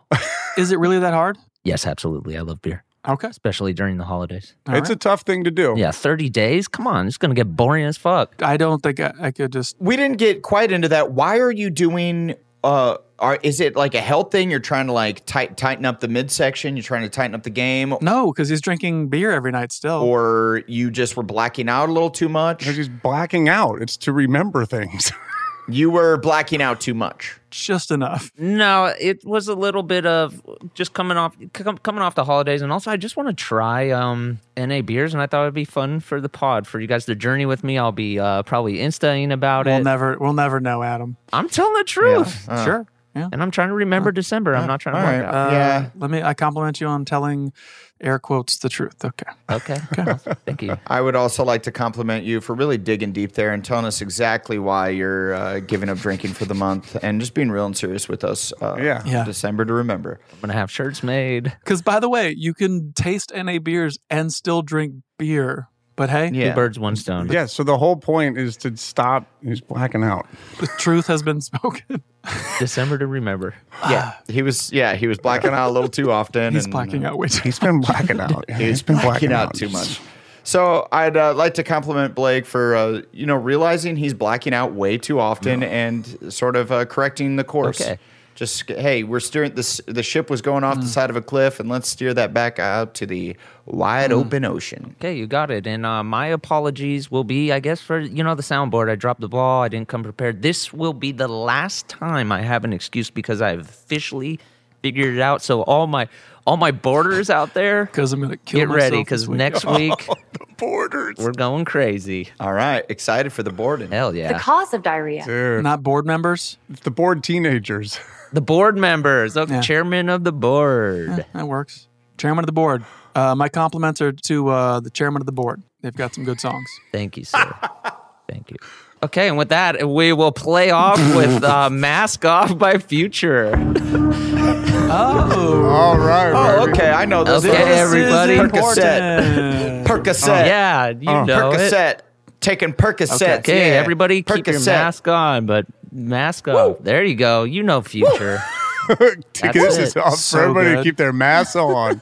S5: Is it really that hard?
S1: yes, absolutely. I love beer,
S5: Okay.
S1: especially during the holidays.
S4: it's a tough thing to do.
S1: Yeah, thirty days. Come on, it's gonna get boring as fuck.
S5: I don't think I, I could just.
S6: we didn't get quite into that. Why are you doing? Uh, are is it like a health thing? You're trying to like tight, tighten up the midsection. You're trying to tighten up the game,
S5: No, because he's drinking beer every night still.
S6: or you just were blacking out a little too much.
S4: Because he's blacking out. It's to remember things.
S6: You were blacking out too much.
S5: just enough.
S1: No, it was a little bit of just coming off com- coming off the holidays, and also I just want to try um, NA beers, and I thought it'd be fun for the pod for you guys to journey with me. I'll be uh, probably instaing about
S5: We'll
S1: it.
S5: never, we'll never know, Adam.
S1: I'm telling the truth,
S5: sure. Yeah.
S1: and I'm trying to remember December. I'm not trying to work
S5: Uh,
S6: yeah.
S5: Let me. I compliment you on telling, air quotes, the truth. Okay.
S1: out. Okay,
S5: uh,
S1: thank you.
S6: I would also like to compliment you for really digging deep there and telling us exactly why you're uh, giving up drinking for the month and just being real and serious with us. Uh,
S4: Yeah.
S5: Yeah.
S6: December to remember.
S1: I'm gonna have shirts made.
S5: Because by the way, you can taste NA beers and still drink beer. But hey,
S1: Two birds, one stone.
S4: yeah. So the whole point is to stop. He's blacking out.
S5: the truth has been spoken.
S1: December to remember.
S6: Yeah. He was. Yeah. He was blacking out a little too often.
S5: He's
S6: and, uh,
S5: blacking out. Which
S4: He's been blacking out. Yeah, he's been blacking,
S6: blacking out too much. So I'd uh, like to compliment Blake for uh, you know realizing he's blacking out way too often and sort of uh, correcting the course.
S1: Okay. Mm.
S6: Just hey, we're steering this. The ship was going off the side of a cliff, and let's steer that back out to the wide
S1: Mm.
S6: open ocean.
S1: Okay, you got it. And uh, my apologies will be, I guess, for you know the soundboard. I dropped the ball. I didn't come prepared. This will be the last time I have an excuse because I've officially figured it out. So all my all my borders out there,
S5: because I'm gonna kill
S1: get
S5: myself
S1: ready
S5: this
S1: because
S5: week. Oh,
S1: next week
S4: Borders.
S1: we're going crazy.
S6: All right, excited for the boarding.
S1: Hell
S11: The
S1: yeah!
S11: cause of diarrhea.
S5: not board members.
S4: It's the bored teenagers.
S1: The board members, the chairman of the board.
S5: That works. Chairman of the board. Uh, my compliments are to uh, the chairman of the board. They've got some good songs.
S1: Thank you, sir. Thank you. Okay, and with that, we will play off with uh, "Mask Off" by Future.
S5: Oh,
S4: All right.
S6: Oh, okay, I know this.
S1: Okay, everybody.
S6: Percocet. Percocet.
S1: Yeah, you
S5: Oh.
S1: know it.
S6: Percocet. Taking Percocets.
S1: Okay,
S6: yeah.
S1: everybody, keep your
S6: Percocet.
S1: mask on, but mask off. There you go. You know future.
S4: this is
S1: it.
S4: off
S5: So
S4: for everybody to
S5: good.
S4: keep their masks on.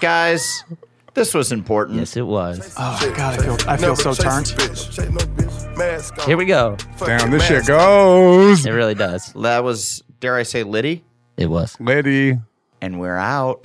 S6: guys. This was important.
S1: yes, it was.
S5: oh God, I feel I feel so turned.
S12: mask on.
S13: Here we go.
S12: Fuck
S4: Down
S12: your
S4: this shit
S12: mask off.
S4: goes.
S13: It really does.
S6: That was, dare I say, Liddy,
S13: It was.
S4: Liddy.
S6: and we're out.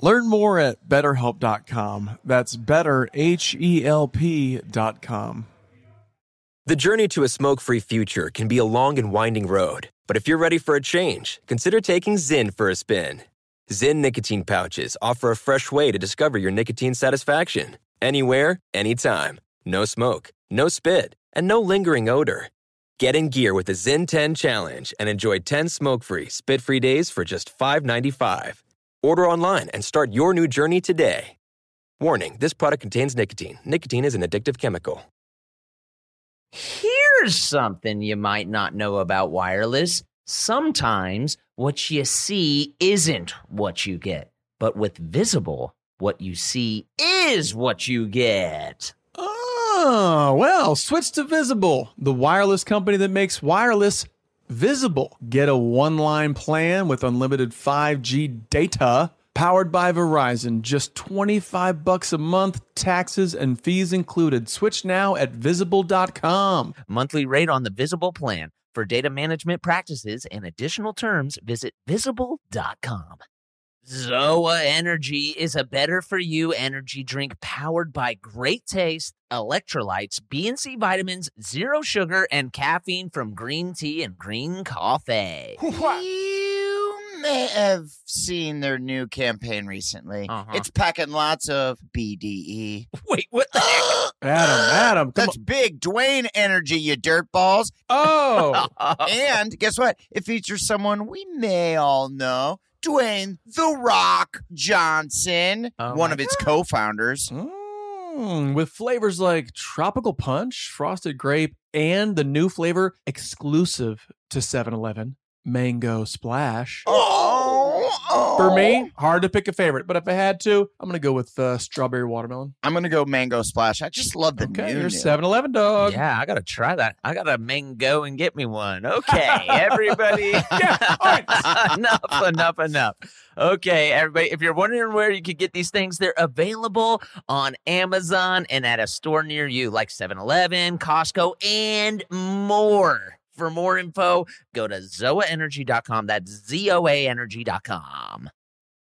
S5: Learn more at betterhelp.com. That's better, H E L P.com.
S7: The journey to a smoke free future can be a long and winding road, but if you're ready for a change, consider taking Zinn for a spin. Zinn nicotine pouches offer a fresh way to discover your nicotine satisfaction anywhere, anytime. No smoke, no spit, and no lingering odor. Get in gear with the Zinn 10 Challenge and enjoy 10 smoke free, spit free days for just $5.95. Order online and start your new journey today. Warning this product contains nicotine. Nicotine is an addictive chemical.
S1: Here's something you might not know about wireless. Sometimes what you see isn't what you get, but with visible, what you see is what you get.
S5: Oh, well, switch to Visible, the wireless company that makes wireless visible. Get a one line plan with unlimited 5G data powered by Verizon. Just 25 bucks a month, taxes and fees included. Switch now at visible.com.
S1: Monthly rate on the visible plan. For data management practices and additional terms, visit visible.com. Zoa Energy is a better for you energy drink powered by great taste, electrolytes, B and C vitamins, zero sugar, and caffeine from green tea and green coffee.
S3: You may have seen their new campaign recently.
S1: Uh-huh.
S3: It's packing lots of BDE.
S1: Wait, what the heck?
S5: Adam, Adam, come
S3: That's big Dwayne energy, you dirtballs.
S5: on.
S1: Oh,
S3: And guess what? It features someone we may all know. Dwayne The Rock Johnson,
S1: Oh
S3: one
S1: my
S3: of its co founders.
S5: Oh. Mm, with flavors like tropical punch, frosted grape, and the new flavor exclusive to 7 Eleven, mango splash.
S3: Oh, oh.
S5: For me, hard to pick a favorite, but if I had to, I'm going to go with uh, strawberry watermelon.
S3: I'm going to go Mango Splash. I just love the
S5: Okay,
S3: new.
S5: you're
S3: new.
S5: 7 Eleven dog.
S1: yeah, I gotta try that. I gotta mango and get me one. Okay, everybody.
S5: Yeah, all right.
S1: enough, enough, enough. Okay, everybody. If you're wondering where you could get these things, they're available on Amazon and at a store near you, like 7 Eleven, Costco, and more. For more info, go to zoaenergy.com. That's Z O A energy.com.